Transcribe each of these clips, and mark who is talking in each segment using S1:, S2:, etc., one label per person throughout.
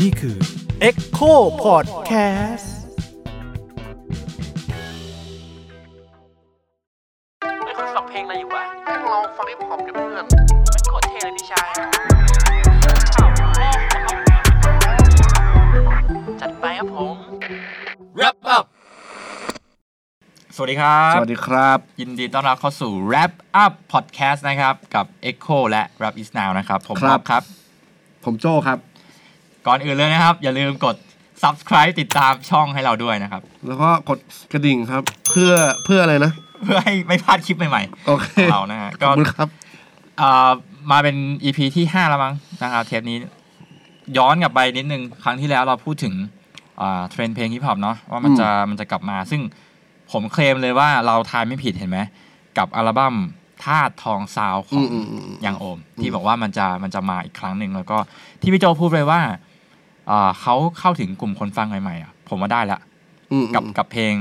S1: นี่คือ
S2: Echo Podcast
S3: เฮ้ยคุณฟังเพลงอะไรอยู่วะ
S4: แม่งลองฟังฮิปฮอปกับเพื่อน
S3: มันโคตรเท่เลยพี่ชายจัดไปครับผม Wrap up สวัสดีครับ
S4: สวัสดีครับ
S3: ยินดีต้อนรับเข้าสู่ Wrap up Podcast นะครับ กับ Echo และ Wrap is now นะครับ ผม
S4: ครับ
S3: ครับ
S4: ผมโจ้ครับ
S3: ก่อนอื่นเลยนะครับ อย่าลืมกด subscribe ติดตามช่องให้เราด้วยนะครับ
S4: แล้วก็กดกระดิ่งครับ เพื่อเพื่ออะไรนะ
S3: เพื่อให้ไม่พลาดคลิปใหม่
S4: โอเค
S3: ๆของเรานะฮะ
S4: ข
S3: ก็
S4: อบคุณครับ
S3: เอ่อมาเป็น EP ที่ 5 แล้วมั้งนะครับเทปนี้ ย้อนกลับไปนิดนึง ครั้งที่แล้วเราพูดถึงอ่าเทรนด์เพลงฮิปฮอปเนาะว่ามัน
S4: อืม
S3: จะมันจะกลับมา ซึ่งผมเคลมเลยว่าเราทายไม่ผิดเห็นไหม กับอัลบั้มธาตุทองซาวข
S4: อื
S3: อง
S4: มอืมอืมอืม
S3: อย่างโอม
S4: อืม
S3: ที่บอกว่ามันจะมันจะมาอีกครั้งหนึ่งแล้วก็ที่พี่โจพูดเลยว่าอ่าเขาเข้าถึงกลุ่มคนฟังใหม่ๆอ่ะผมว่าได้ละ
S4: อืม
S3: กับกับเพลง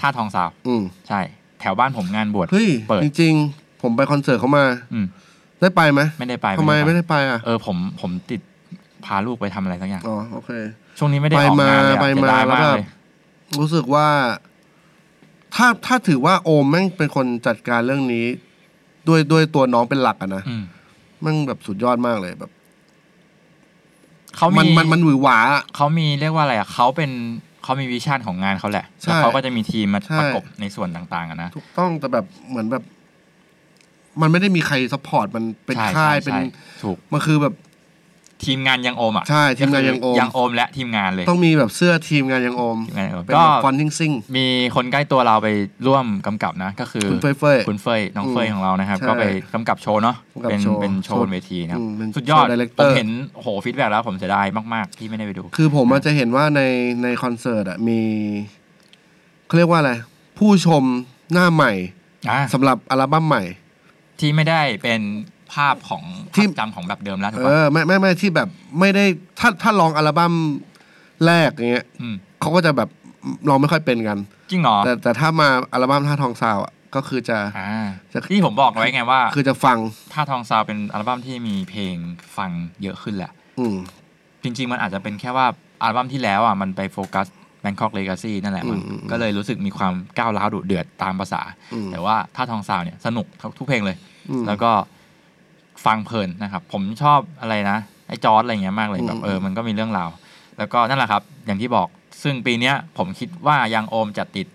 S3: ท่าตุทองสาว
S4: อืม
S3: ใช่ แถวบ้านผมงานบวช
S4: เฮ้ย
S3: เปิด
S4: จริงๆ ผมไปคอนเสิร์ตเขามา
S3: อืม
S4: ได้ไปไหม
S3: ไม่ได้ไป
S4: ทำไมไม่ได้ไปอ่ะ
S3: เออผมผมติดพาลูกไปทำอะไรสักอย่าง
S4: อ๋อ โอเค
S3: ช่วงนี้ไม่ได้อ
S4: ไป
S3: อ
S4: มาง
S3: กานเลยอะ
S4: ไปมา
S3: เสียดาย
S4: แล้ว
S3: มาก
S4: แบบ
S3: เลย
S4: รู้สึกว่า ถ้าถ้าถือว่าโอมแม่งเป็นคนจัดการเรื่องนี้ ด้วยด้วยตัวน้องเป็นหลักอะนะ
S3: อืม
S4: แม่งแบบสุดยอดมากเลยแบบ
S3: เขา
S4: มั
S3: มี
S4: นมันมันหวือหวาอะ
S3: เขามีเรียกว่าอะไรอ่ะเขาเป็นเขามีวิชั่นของงานเขาแหละ
S4: ใช่
S3: แล้วเขาก็จะมีทีมมา
S4: ใช่
S3: ประกบในส่วนต่างๆอะนะ
S4: ถูกต้องแต่แบบเหมือนแบบ มันไม่ได้มีใครซัพพอร์ตมันเป็น
S3: ใช่
S4: ค่าย
S3: ใช่
S4: เป็น
S3: ใช่ถูก
S4: มันคือแบบ
S3: ทีมงานยังโอมอ่ะ
S4: ใช่ทีมงานยังโอม
S3: ยังโอมและทีมงานเลย
S4: ต้องมีแบบเสื้อทีมงานยังโอม
S3: ทีมงานยังโอม
S4: เป็น
S3: ก็
S4: แบบฟอนทิงซิ่ง
S3: มีคนใกล้ตัวเราไปร่วมกำกับนะ ก็คือ
S4: คุณเฟยเฟย
S3: คุณเฟยน้อง
S4: อืม
S3: เฟยของเรานะครับ
S4: ใช่
S3: ก็ไปกำกับโชว์เนาะ
S4: กำกับ
S3: เป็น
S4: โชว์
S3: เป็นโชว์บนเวทีนะครับ
S4: อืมเป็น
S3: สุดยอด
S4: โชว์
S3: ผม
S4: director
S3: เห็นโอ้โหฟีดแบ็กแล้วผมเสียดายมากๆ ที่ไม่ได้ไปดู
S4: คือผมอาจจะเห็นว่าในในคอนเสิร์ตอะมีเขาเรียกว่าอะไร ผู้ชมหน้าใหม่
S3: อ่ะ
S4: สำหรับอัลบั้มใหม่
S3: ที่ไม่ได้เป็นภาพของ
S4: ที่
S3: ภาพจำของแบบเดิมแล้วถูก
S4: เอ
S3: ปะ
S4: อไม่ไม่ไม่ที่แบบไม่ได้ถ้าถ้าลองอัลบั้มแรกอย่างเงี้ย
S3: ม
S4: เขาก็จะแบบลองไม่ค่อยเป็นกัน
S3: จริงเหรอ
S4: แต่แต่ถ้ามาอัลบั้มท่าทองซาวอะก็คือจะ
S3: อ่า
S4: จะ
S3: ที่ผมบอกไว้ไงว่า
S4: คือจะฟัง
S3: ท่าทองซาวเป็นอัลบั้มที่มีเพลงฟังเยอะขึ้นแหละ
S4: อืม
S3: จริงๆ มันอาจจะเป็นแค่ว่าอัลบั้มที่แล้วอ่ะมันไปโฟกัส Bangkok Legacy นั่นแหละมัน
S4: อืมอืม
S3: ก็เลยรู้สึกมีความก้าวร้าวดุเดือดตามภาษา
S4: อืม
S3: แต่ว่าถ้าทองซาวเนี่ยสนุกทุกเพลงเลย
S4: อืม
S3: แล้วก็ฟังเพลินนะครับ ผมชอบอะไรนะ ไอ้จอร์ดอะไรเงี้ยมากเลยแบบ
S4: อืม
S3: เออมันก็มีเรื่องราว แล้วก็นั่นแหละครับ อย่างที่บอกซึ่งปีเนี้ยผมคิดว่ายังโอมจะติด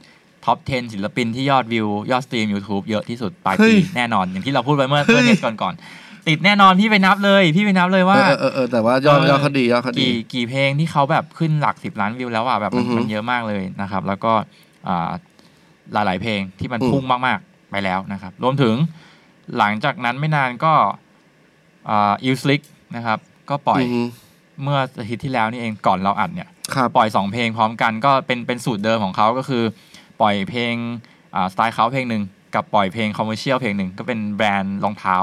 S3: ท็อป 10 ศิลปินที่ยอดวิว ยอดสตรีม YouTube เยอะที่สุดปลายปีแน่นอน อย่างที่เราพูดไปเมื่อเมื่อเทปก่อนๆติดแน่นอนพี่ไปนับเลย พี่ไปนับเลยว่า
S4: เออเออเออแต่ว่ายอด
S3: เออ
S4: ยอดเขาดียอดเขาดี
S3: กี่กี่เพลงที่เขาแบบขึ้นหลักสิบล้านวิวแล้วอ่ะแบบมัน
S4: อือฮึ
S3: มันเยอะมากเลยนะครับ แล้วก็อ่าหลาย ๆ เพลงที่มัน
S4: อืม
S3: พุ่งมาก ๆ ไปแล้วนะครับ รวมถึงหลังจากนั้นไม่นานก็อิลสลิกนะครับ ก็ปล่อย
S4: อือฮึ
S3: เมื่ออาทิตย์ที่แล้วนี่เองก่อนเราอัดเนี่ย
S4: ครับ
S3: ปล่อย 2 เพลงพร้อมกันก็เป็นเป็นสูตรเดิมของเขาก็คือ ปล่อยเพลงอ่าสไตล์เขาเพลงหนึ่งกับปล่อยเพลงคอมเมอร์เชียลเพลงหนึ่งก็เป็นแบรนด์รองเท้า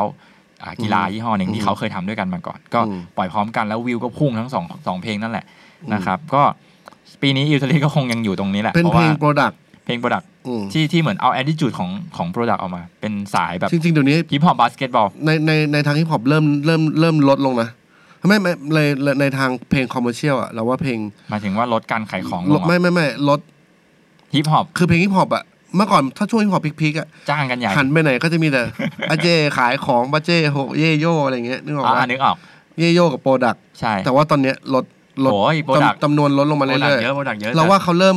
S3: อ่ากีฬายี่ห้อหนึ่งที่เขาเคยทำด้วยกันมาก่อน ก็ปล่อยพร้อมกันแล้ววิวก็พุ่งทั้งสองสองเพลงนั่นแหละนะครับก็ปีนี้อิวทลีก็คงยังอยู่ตรงนี้แหละ
S4: เป็น
S3: เพราะ
S4: เพล
S3: ว่าง
S4: โปรดักต์
S3: เพลงโปรดัก
S4: อืม
S3: ที่ที่เหมือนเอาแอดดิจูดของของโปรดักออกมา เป็นสายแบบ
S4: จริงๆเดี๋ยวนี้
S3: ฮิปฮอปบาสเกตบอล
S4: ในในในทางฮิปฮอปเริ่มเริ่มเริ่มลดลงนะไม่ไม่เลยเลยในทางเพลงคอมเมอร์เชียลอะเราว่าเพลง
S3: หมายถึงว่าลดการขายของลง
S4: ไม่ไม่ไม่ลด
S3: ฮิปฮอป
S4: คือเพลงฮิปฮอปอะเมื่อก่อนถ้าช่วงฮิปฮอปพีคๆอะ
S3: จ้างกันใหญ่
S4: หันไปไหนก็จะมีแต่ อาเจขายของบาเจโหเย่โยอะไรเงี้ยนึกออก
S3: อ่า
S4: ปะ
S3: นึกออก
S4: เย่โยกับโปรดักต์
S3: ใช่
S4: แต่ว่าตอนเนี้ยลดลด
S3: โอ้ยโปรดัก
S4: จำจำนวนลดลงมาเรื่อย
S3: โปรดักต์เยอะโปรดักต์เยอะ
S4: ๆเราว่าเขาเริ่ม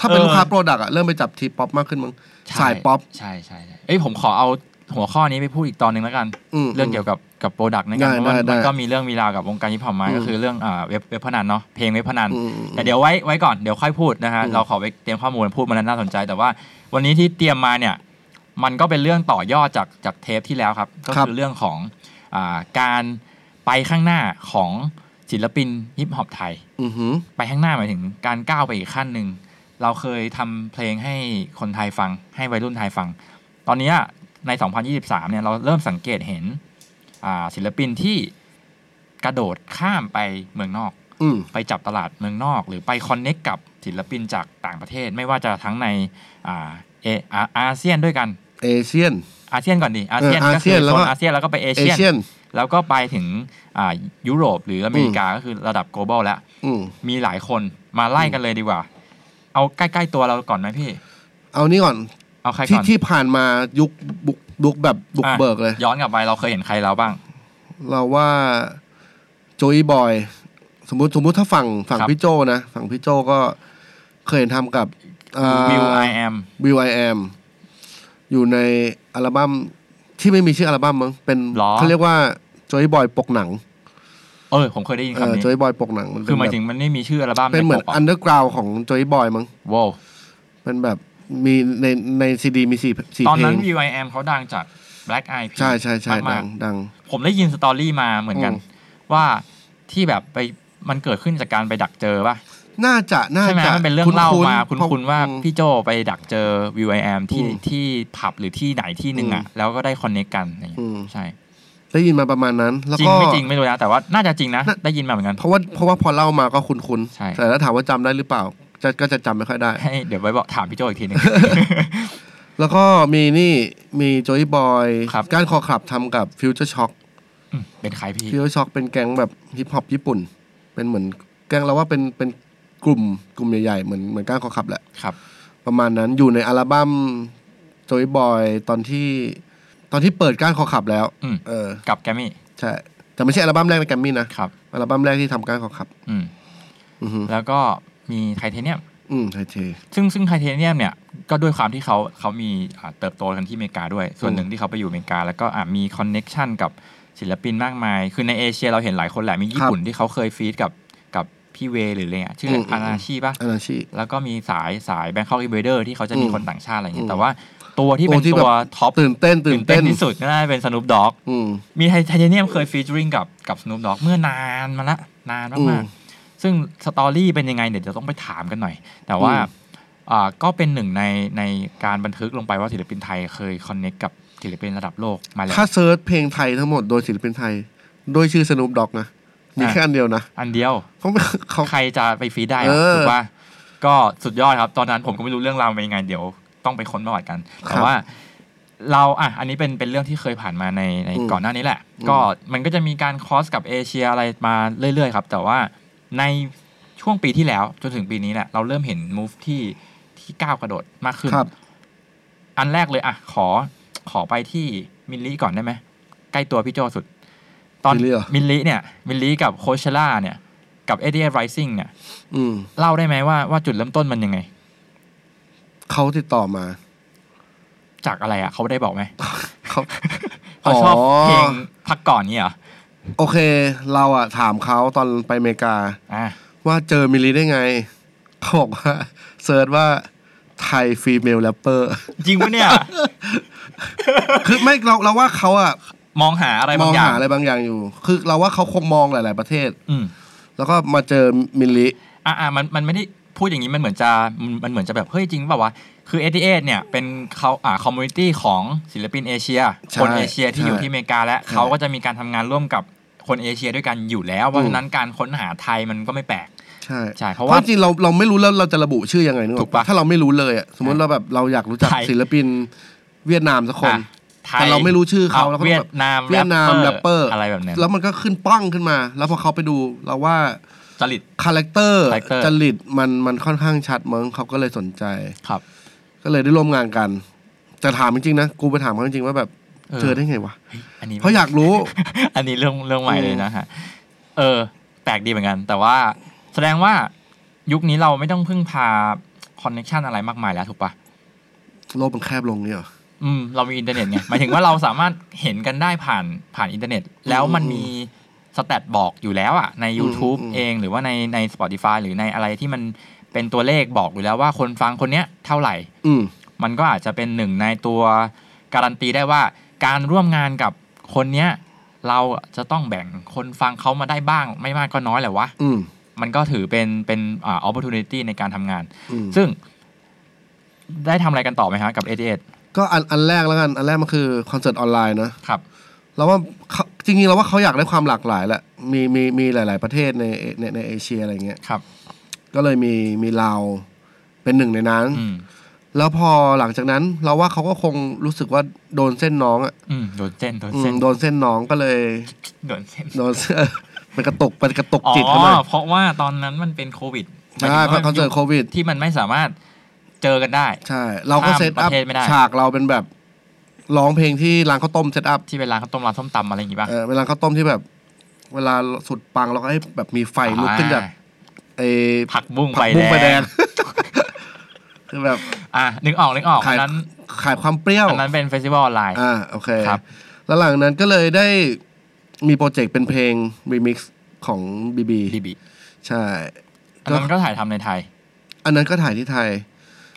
S4: ถ้าเป็น
S3: เออ
S4: ลูกค้าโปรดักต์อะเริ่มไปจับทีป๊อปมากขึ้นมั้ง
S3: ใช่
S4: สายป๊อป
S3: ใช่ใช่ใช่เอ้ยผมขอเอาหัวข้อนี้ไปพูดอีกตอนหนึ่งแล้วกัน
S4: อืม
S3: เรื่องเกี่ยวกับกับโปรดักต์นั่นกัน
S4: ได้
S3: เพราะว่ามั
S4: ได้
S3: น
S4: ได้
S3: ก็มีเรื่องมีราวกับวงการฮิปฮอปมา
S4: อืม
S3: ก็คือเรื่องอ่าเว็บเว็บพนันเนาะเพลงเว็บพนัน
S4: อืมอืม
S3: แต่เดี๋ยวไว้ไว้ก่อนเดี๋ยวค่อยพูดนะฮะเราขอไปเตรียมข้อมูลพูดมันน่าสนใจ แต่ว่าวันนี้ที่เตรียมมาเนี่ยมันก็เป็นเรื่องต่อยอดจากจากเทปที่แล้วครับ ก็
S4: ครับ
S3: คือเรื่องของอ่าการไปข้างหน้าของศิลปินฮิปฮอปไทย
S4: ือหือ
S3: ไปข้างหน้าหมายถึงการก้าวไปอีกขั้นหนึ่ง เราเคยทำเพลงให้คนไทยฟัง ให้วัยรุ่นไทยฟัง ตอนเนี้ยใน 2023 เนี่ยเราเริ่มสังเกตเห็นอ่าศิลปินที่กระโดดข้ามไปเมืองนอก
S4: อืม
S3: ไปจับตลาดเมืองนอก หรือไปคอนเน็กกับศิลปินจากต่างประเทศ ไม่ว่าจะทั้งในอาเออาอาเซียนด้วยกัน
S4: เอเชียน
S3: อ อาเซียนก่อนดิอาเซียน
S4: เออ
S3: ก็คือ
S4: อาเซียนแล้ว
S3: โซ
S4: ก็
S3: นอาเซียนแล้วก็ไปเอ
S4: เอ
S3: เชียน
S4: เชียน
S3: แล้วก็ไปถึงอ่ายุโรปหรืออเมริกาก็คือระดับ global แล้ว
S4: อืม
S3: มีหลายคนมาไล่กันเลยดีกว่า เอาใกล้ ๆ ตัวเราก่อนไหมพี่
S4: เอานี่ก่อน
S3: เอาใคร
S4: ที่
S3: ก่อน
S4: ที่ผ่านมายุคบุกบุกแบบบุกเบิกเลย
S3: อ่ะย้อนกลับไปเราเคยเห็นใครแล้วบ้าง
S4: เราว่าโจอีบอย สมมติสมมติถ้าฝั่งฝั่ง
S3: ครับ
S4: พี่โจนะฝั่งพี่โจก็เคยเห็นทำกับ
S3: วิวไอแอม
S4: วิวไอแอมอยู่ในอัลบั้มที่ไม่มีชื่ออัลบั้มมั้งเป็น
S3: หรอ
S4: เขาเรียกว่าโจอีบอยปกหนัง
S3: เออ ผมเคยได้ยิน
S4: เอ
S3: คำ
S4: อ
S3: นี้
S4: โจอีบอยปกหนังมันเป็
S3: คื
S4: น
S3: อหมาย
S4: แบบ
S3: ถึงมันไม่มีชื่ออัลบั้ม
S4: เป็นเหมือน
S3: ใปกะ
S4: อันเดอร์กราวของโจอีบอยมั้ง
S3: ว้าว
S4: เป็นแบบมีในในซีดีมีสี่สี่
S3: ตอน
S4: เพล
S3: นั้น
S4: ง
S3: v i m เขาดังจาก Black Eyed Peas
S4: ใช่ใช่ใช่
S3: มา
S4: ดั
S3: ก
S4: งดัง
S3: ๆผมได้ยินสตอรี่มาเหมือนกัน
S4: อืม
S3: ว่าที่แบบไปมันเกิดขึ้นจากการไปดักเจอป่ะ
S4: น่าจะน่า
S3: ใช่ไหม
S4: จะ
S3: มันเป็นเรื่องเล่ามาคุณ
S4: ๆ
S3: คุณว่า
S4: อืม
S3: พี่โจไปดักเจอ v i m ที่
S4: อืม
S3: ที่ผับหรือที่ไหนที่หนึ่งอ่ะ แล้วก็ได้คอนเนคกันอะไรอย่างเงี้ย
S4: อืม
S3: ใช่
S4: ได้ยินมาประมาณนั้น แล้ว
S3: จริง
S4: ก็
S3: ไม่จริงไม่รู้นะ แต่ว่าน่าจะจริงนะ
S4: น่ะ
S3: ได้ยินมาเหมือนกัน
S4: เพราะว่าเพราะว่าพอเล่ามาก็คุ้น
S3: ใช่
S4: ๆแต่ถ้าถามว่าจำได้หรือเปล่าจะก็จะจำไม่ค่อยได้
S3: ให้เดี๋ยวไว้บอกถามพี่โจอีกทีหนึ ง
S4: แล้วก็มีนี่มีโจ y บอย
S3: ครับ
S4: การคอขับทำกับฟิวเจอร์ช็อค
S3: อืมเป็นใครพี่
S4: ฟิวเจอร์ช็อคเป็นแก๊งแบบฮิปฮอปญี่ปุ่น เป็นเหมือนแก๊งเราว่าเป็นเป็นกลุ่มกลุ่มใหญ่ๆ เหมือนเหมือนการคอขับแหละ
S3: ครับ
S4: ประมาณนั้นอยู่ในอัลบั้มโจ y บอยตอนที่ตอนที่เปิดการคอขับแล้ว
S3: อืม
S4: เออ
S3: กับแกรมมี่
S4: ใช่แต่ไม่ใช่อัลบั้มแรกในแกรมมี่นะครับ อัลบั้มแรกที่ทำการคอขับ
S3: อืม
S4: อือฮึ
S3: แล้วก็มีไทเทเนียม
S4: อืมใช่เท
S3: ซึ่งซึ่งไทเทเนียมเนี่ย ก็ด้วยความที่เขาเขามีอ่าเติบโตกันที่อเมริกาด้วย ส่วนหนึ่งที่เขาไปอยู่อเมริกา แล้วก็อ่ามีคอนเน็ชันกับศิลปินมากมาย คือในเอเชียเราเห็นหลายคนแหละ มีญี่ปุ่นที่เขาเคยฟีดกับกับพี่เวหรืออะไรเงี้ยชื่อ
S4: มอืม
S3: อานาชีปะ
S4: อานาชิ
S3: แล้วก็มีสายสายแบงคอกอีเวเดอร์ที่เขาจะมีคนต่างชาติอะไรเงี้ย
S4: อืม
S3: แต่ว่าตัวที่เป็น
S4: โอ้
S3: ตัว
S4: แบบ
S3: ท็อป
S4: ตื่นเต้น
S3: ตื่
S4: ตื่
S3: น
S4: น
S3: เต้
S4: เต้
S3: น
S4: น
S3: ที่สุดก็น่าจะเป็นสนุปด็อก
S4: อืม
S3: มีไทไทเทเนียมเคยฟีเจอริงกับกับสนุปด็อกเมื่อนานมาละนาน
S4: อื
S3: มาก
S4: ม
S3: ๆซึ่งสตอรี่เป็นยังไงเดี๋ยวจะต้องไปถามกันหน่อย แต่ว่า
S4: อืม
S3: อ่าก็เป็นหนึ่งในในการบันทึกลงไปว่าศิลปินไทยเคยคอนเน c t กับศิลปินระดับโลกมาแล้ว
S4: ถ้าเซิร์ชเพลงไทยทั้งหมดโดยศิลปินไทย โดยชื่อสนุปด็อกนะ มี
S3: อ่ะ
S4: แค่อันเดียวนะ
S3: อันเดียว
S4: เขาเขา
S3: ใครจะไปฟีดได้
S4: เอ
S3: อะ
S4: อ
S3: ถูกป่ะก็สุดยอดครับ ตอนนั้นผมก็ไม่รู้เรื่องราวเป็นยังไง เดี๋ยวต้องไปค้นประวัติกัน
S4: ครับ
S3: แต่ว่าเราอ่ะอันนี้เป็นเป็นเรื่องที่เคยผ่านมาในใน
S4: อืม
S3: ก่อนหน้านี้แหละ
S4: อืม
S3: ก็มันก็จะมีการคอสกับเอเชียอะไรมาเรื่อยๆครับ แต่ว่าในช่วงปีที่แล้วจนถึงปีนี้แหละ เราเริ่มเห็นมูฟที่ที่ก้าวกระโดดมากขึ้น
S4: ครับ
S3: อันแรกเลยอ่ะขอขอไปที่มิลลิก่อนได้ไหมใกล้ตัวพี่โจสุด ตอน
S4: มิลลิเหรอ
S3: มิลลิเนี่ยมิลลิกับโคเชล่าเนี่ย กับเอเดียไรซิ่งเนี่ย
S4: อืม
S3: เล่าได้ไหมว่าว่าจุดเริ่มต้นมันยังไง
S4: เขาติดต่อมา
S3: จากอะไรอ่ะ เขาได้บอกไหม
S4: เขา
S3: เขาชอบ
S4: อ๋อ
S3: เพลงพักก่อนนี่เหรอ
S4: โอเค เราอะถามเขาตอนไปอเมริกา
S3: อ่ะ
S4: ว่าเจอมิลลีได้ไงเขาบอกว่าเซิร์ชว่าไทยฟีเมลแรปเปอร์
S3: จริงปะเนี่ย
S4: คือไม่เราเราว่าเขาอะ
S3: มองหาอะไร
S4: ม
S3: บา
S4: อง
S3: งอย่าง
S4: หาอะไรบางอย่างอยู่ คือเราว่าเขาคงมองหลาย ๆ ประเทศ
S3: อืม
S4: แล้วก็มาเจอมิลลี
S3: อ่ะอ่ะมันมันไม่ได้พูดอย่างนี้มันเหมือนจะมันมันเหมือนจะแบบ เฮ้ยจริงเปล่าวะคือเอทีเอเนี่ยเป็นเขาอ่าคอมมูนิตี้ของศิลปินเอเชีย
S4: ใช่
S3: คนเอเชียที่อยู่
S4: ใช่
S3: ที่อเมริกาและ
S4: ใช่
S3: เขาก็จะมีการทำงานร่วมกับคนเอเชียด้วยกันอยู่แล้ว เพราะฉะนั้นการค้นหาไทยมันก็ไม่แปลก
S4: ใช่
S3: ใช่เพราะว่า
S4: จริงๆเราเราไม่รู้แล้วเราจะระบุชื่อยังไงนึกอ
S3: ถู
S4: อก
S3: ปะ
S4: ถ้าเราไม่รู้เลยอะสมมติเราแบบเราอยากรู้จัก
S3: ไทย
S4: ศิลปินเวียดนามสักคน
S3: อ่ะไทย
S4: แต่เราไม่รู้ชื่อเขาแล้วก็
S3: เวีย
S4: แบบ
S3: ดนาม
S4: เวียดนามแรปเปอร์
S3: อะไรแบบเนี้ย
S4: แล้วมันก็ขึ้นป้องขึ้นมา แล้วพอเขาไปดูเราว่า
S3: จริต
S4: คาแรคเตอร์
S3: character
S4: จริตมันมันค่อนข้างชัดมั้งเขาก็เลยสนใจ
S3: ครับ
S4: ก็เลยได้ร่วมงานกัน แต่ถามจริงๆนะ กูไปถามเขาจริงๆว่าแบบ
S3: เออ
S4: เจอได้ไงวะ
S3: เฮ้ยอันนี้
S4: เพราะอยากรู้
S3: อันนี้เรื่องเรื่องใหม่เลยนะฮะ เออ แปลกดีเหมือนกัน แต่ว่าแสดงว่ายุคนี้เราไม่ต้องพึ่งพาคอนเน c t ชันอะไรมากมายแล้วถูกปะ
S4: โลกมันแคบลงเนี่ยเหรอ
S3: อืม เรามีอินเทอร์เน็ตไง หมายถึงว่าเราสามารถเห็นกันได้ผ่านผ่านอินเทอร์เน็ต แล้วมันมีสแตทบอกอยู่แล้วอะใน YouTube
S4: อืมอืม
S3: เองหรือว่าในใน Spotify หรือในอะไรที่มันเป็นตัวเลขบอกอยู่แล้วว่าคนฟังคนเนี้ยเท่าไหร่
S4: อืม
S3: มันก็อาจจะเป็นหนึ่งในตัวการันตีได้ว่า การร่วมงานกับคนเนี้ย เราจะต้องแบ่งคนฟังเขามาได้บ้าง ไม่มากก็น้อยแหละวะ
S4: อืม
S3: มันก็ถือเป็นเป็นอ่า opportunity ในการทำงาน
S4: อืม
S3: ซึ่งได้ทำอะไรกันต่อไหมฮะกับ a t s
S4: ก็อันอันแรกแล้วกัน อันแรกมันคือคอนเสิร์ตออนไลน์นะ
S3: ครับ
S4: เราว่าเขาจริงๆเราว่าเขาอยากได้ความหลากหลายแหละมีมีมีหลาย ๆ ประเทศในในในเอเชียอะไรเงี้ย
S3: ครับ
S4: ก็เลยมีมีลาวเป็นหนึ่งในนั้น
S3: อืม
S4: แล้วพอหลังจากนั้นเราว่าเขาก็คงรู้สึกว่าโดนเส้นน้องอ่ะ
S3: อืมโดนเส้นโดน
S4: อื
S3: เส้น
S4: มโดนเส้นน้องก็เลย
S3: โดนเส้น
S4: โดนเส้น มันกระตุกมันกระตุก
S3: อ๋อ
S4: จิตเขาหน่อย
S3: เพราะว่าตอนนั้นมันเป็นโควิดหมาย
S4: ใช่
S3: ถึงว่
S4: เพราะเขาเจอโควิด
S3: ที่มันไม่สามารถเจอกันได้
S4: ใช่ เราก็
S3: ข้าม
S4: เซตอัพ
S3: ประเทศไม่ได้
S4: ฉากเราเป็นแบบร้องเพลงที่ร้านข้าวต้มเซตอัพ
S3: ที่เป็นร้านข้าวต้มร้านส้มตำอะไรอย่างงี้ป่ะ
S4: เออเป็นร้านข้าวต้มที่แบบ เวลาสุดปังเราก็ให้แบบมีไฟลุกขึ้นจากไอ้
S3: ผักบุ้ง
S4: ผักบุ้งไฟแดง คือแบบ
S3: อ่ะนึกออกนึกออก
S4: ขา
S3: อั
S4: ย
S3: นนั้น
S4: ขายความเปรี้ยว
S3: อันนั้นเป็นเฟสติวัลออนไลน์
S4: อ่าโอเค
S3: ครับ
S4: แล้วหลังนั้นก็เลยได้มีโปรเจกต์เป็นเพลงรีมิกซ์ของบีบี
S3: ดีบี
S4: ใช่
S3: อันนั้นก็ถ่ายทำในไทย
S4: อันนั้นก็ถ่ายที่ไทย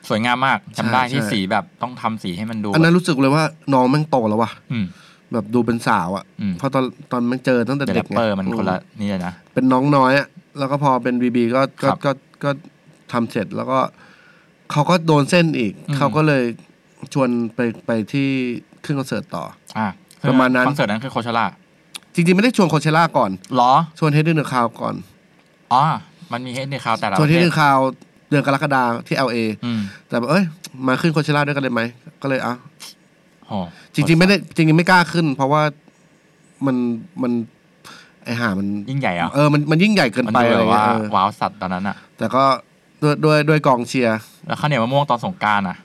S3: สวยงามมากจำได้
S4: ใช่
S3: ที่
S4: ใช่
S3: สีแบบต้องทำสีให้มันดู
S4: อันนั้นรู้สึกเลยว่าน้องแม่งโตแล้วว่ะ
S3: อืม
S4: แบบดูเป็นสาวอะ
S3: อืม
S4: เพราะตอนตอนแม่งเจอตั้งแต่
S3: แต่แร
S4: เด็ก
S3: ป
S4: ไง
S3: เปอร์มัน
S4: อื
S3: คนละนี่เลยนะ
S4: เป็นน้องน้อยอะแล้วก็พอเป็นบีบีก็
S3: ค
S4: ก็
S3: รับ
S4: ก็ก็ทำเสร็จแล้วก็เขาก็โดนเส้นอีก
S3: อืม
S4: เขาก็เลยชวนไปไปที่ขึ้นคอนเสิร์ตต่อ
S3: อ่ะ
S4: ประมาณนั้น
S3: คอนเสิร์ตนั้นคือโคชล่า
S4: จริงๆไม่ได้ชวนโคเชล่าก่อน
S3: หรอ
S4: ชวนเฮดเดอร์คาวก่อน
S3: อ๋อมันมีเฮดในคราวแต่ละ
S4: ชวน
S3: ป
S4: เฮด
S3: ระ
S4: เด
S3: เท
S4: อ
S3: ศ
S4: ร์คาวเดือนกรกฎาที่ LA
S3: อืม
S4: แต่แบบเอ้ย มาขึ้นโคเชล่าด้วยกันเลยไหม ก็เลยอ่ะ
S3: โห
S4: จริง ๆ ไม่ได้จริงๆไม่กล้าขึ้น เพราะว่ามันมันไอห่ามัน
S3: ยิ่งใหญ่เหรอ่ะ
S4: เออมันมันยิ่งใหญ่เกิน
S3: มัน
S4: ไป
S3: ดู
S4: อะ
S3: แบ
S4: ไร
S3: บว่า
S4: เงี้ยเออ
S3: ว้าวสัตว์ตอนนั้นอ่ะ
S4: แต่ก็ด้วยด้วยด้วยกองเชียร์
S3: แล้วข้าวเหนียวมะม่วงตอนสงกรารอ่ะ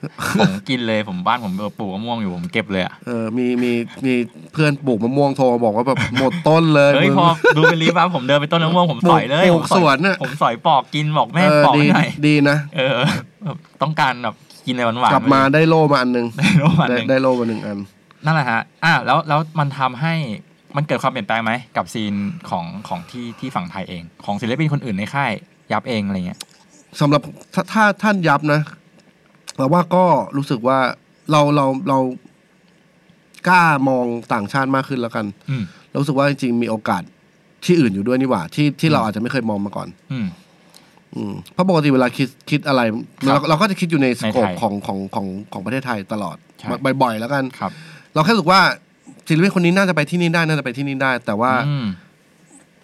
S3: ผมกินเลยผมบ้านผมเออปลูกมะม่วงอยู่ผมเก็บเลยอ่ะ
S4: เออ มี มี มีเพื่อนปลูกมะม่วงโทรมาบอกว่าแบบ หมดต้นเลย
S3: เฮ้ย
S4: มึง
S3: พอดูเป็นรีบปั๊บผมเดินไปต้นมะม่วงผมสอยเลย
S4: ปลูก
S3: ผมอย
S4: สวนน่ะ
S3: ผมสอยปอกกินบอกแม่
S4: เออ
S3: ปอก
S4: ดี
S3: ให้หน่อย
S4: ดีนะ
S3: เออแบบต้องการแบบกินอะไรหวานๆ
S4: กลับมาได้โล่มาอันหนึ่ง
S3: ได้ระหว่างห
S4: ได้
S3: นึ่ง
S4: ได้โล่มาหนึ่งอัน
S3: นั่นแหละฮะ อ่ะแล้ว แล้ว มันทำให้ มันเกิดความเปลี่ยนแปลงไหม กับซีนของของที่ ที่ฝั่งไทยเอง ของศิลปินคนอื่นในค่าย ยับเอง อะไรเงี้ย
S4: สำหรับถ้าถ้าท่านยับนะเราว่าก็รู้สึกว่าเราเราเรากล้ามองต่างชาติมากขึ้นแล้วกัน
S3: อืม
S4: เรารู้สึกว่าจริงๆมีโอกาสที่อื่นอยู่ด้วยนี่หว่า ที่ที่เรา
S3: อืม
S4: อาจจะไม่เคยมองมาก่อน
S3: อืม
S4: อืมเพราะปกติเวลาคิดคิดอะไรเราเราก็จะคิดอยู่ในสโคป
S3: ในไทย
S4: ของของของของประเทศไทยตลอด
S3: ใช่
S4: บ่อยๆแล้วกัน
S3: ครับ
S4: เราแค่รู้สึกว่าศิลปินคนนี้น่าจะไปที่นี่ได้น่าจะไปที่นี่ได้ แต่ว่า
S3: อืม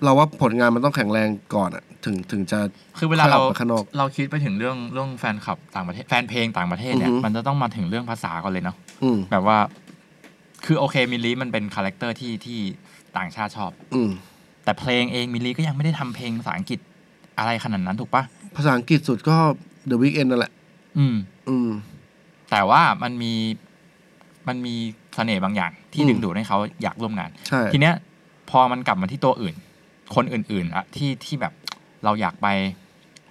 S4: เราว่าผลงานมันต้องแข็งแรงก่อนอะถึงถึงจะ
S3: คือเวลาเรา
S4: ค่อยออกไปข้างนอก
S3: เราคิดไปถึงเรื่อง เรื่องแฟนคลับต่างประเทศ แฟนเพลงต่างประเทศเนี่ย
S4: อือหือ
S3: มันจะต้องมาถึงเรื่องภาษาก่อนเลยเนาะ
S4: อืม
S3: แบบว่า คือโอเค มิลลีมันเป็นคาแรคเตอร์ที่ ที่ต่างชาติชอบ
S4: อืม
S3: แต่เพลงเอง มิลลีก็ยังไม่ได้ทำเพลงภาษาอังกฤษอะไรขนาดนั้นถูกปะ
S4: ภาษาอังกฤษสุดก็ The Weeknd นั่นแหละ
S3: อืม
S4: อืม
S3: แต่ว่ามันมีมันมีเสน่ห์บางอย่าง ที่
S4: อืม
S3: ดึงดูดให้เขาอยากร่วมงาน
S4: ใช่
S3: ทีเนี้ยพอมันกลับมาที่ตัวอื่น คนอื่นๆอะที่ที่แบบเราอยากไป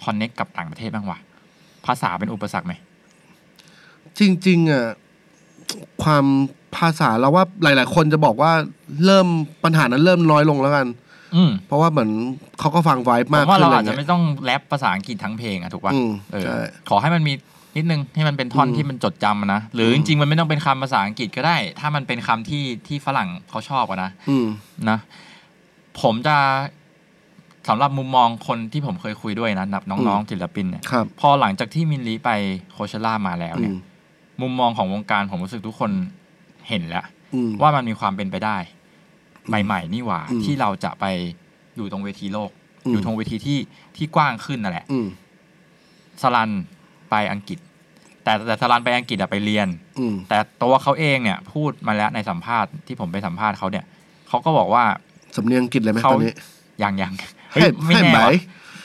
S3: คอนเน็กกับต่างประเทศบ้างวะภาษาเป็นอุปสรรคไหม
S4: จริง ๆอ่ะความภาษาเราว่าหลาย ๆ คนจะบอกว่าเริ่มปัญหานั้นเริ่มน้อยลงแล้วกัน
S3: อืม
S4: เพราะว่าเหมือนเขาก็ฟังไว
S3: ผ
S4: มาก
S3: มว่า
S4: ขึ้น
S3: เรา
S4: อะไร
S3: อาจจะ
S4: เงี้ย
S3: ไม่ต้องแรปภาษาอังกฤษทั้งเพลงอะถูกปะ
S4: อืม
S3: เออ
S4: ใช่
S3: ขอให้มันมีนิดนึงให้มันเป็นท่อน
S4: อืม
S3: ที่มันจดจำอะนะหรืออ
S4: ม
S3: จริงๆมันไม่ต้องเป็นคำภาษาอังกฤษก็ได้ ถ้ามันเป็นคำที่ที่ฝรั่งเขาชอบอะนะ
S4: อืม
S3: นะผมจะสำหรับมุมมองคนที่ผมเคยคุยด้วยนะนับน้อง
S4: อืม
S3: ๆศิลปินเนี่ย
S4: ครับ
S3: พอหลังจากที่มินลีไปโคเชล่ามาแล้ว
S4: อื
S3: เนี่ย
S4: ม
S3: มุมมองของวงการผมรู้สึกทุกคนเห็นแล้ว
S4: อืม
S3: ว่ามันมีความเป็นไปได้ ใหม่ๆนี่หว่า
S4: อืม
S3: ที่เราจะไปอยู่ตรงเวทีโลก
S4: อืม
S3: อยู่ตรงเวทีที่ที่กว้างขึ้นนั่นแหละ
S4: อืม
S3: สลันไปอังกฤษ แต่แต่สลันไปอังกฤษอะไปเรียน
S4: อืม
S3: แต่ตัวเขาเองเนี่ย พูดมาแล้วในสัมภาษณ์ที่ผมไปสัมภาษณ์เขาเนี่ยเขาก็บอกว่า
S4: สำเนียงอังกฤษเลยไหม
S3: เขา
S4: ตอนนี้
S3: ยังยังเฮ้
S4: ให้
S3: ยไม่
S4: ให้
S3: แน่
S4: ไหม
S3: ว่ะ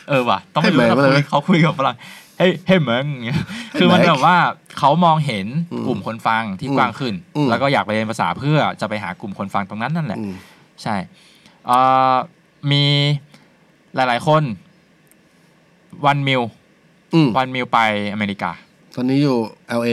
S3: เออว่ะต้องไป
S4: ให้
S3: รู้
S4: แหม่
S3: ถ้าคุ
S4: มาเลย ย
S3: เขาคุยกับฝรั่งเฮ้ยเฮ้ยเหมืองอย่างเงี้ยคือมัน
S4: แหม่
S3: แบบว่าเขามองเห็น
S4: อืม
S3: กลุ่มคนฟังที่
S4: อืม
S3: กว้างขึ้น
S4: อืม
S3: แล้วก็อยากไปเรียนภาษาเพื่อจะไปหากลุ่มคนฟังตรงนั้นนั่นแหละ
S4: อืม
S3: ใช่เอ่อมีหลาย ๆ คน วันมิว
S4: อืม
S3: วันมิวไปอเมริกา
S4: ตอนนี้อยู่ LA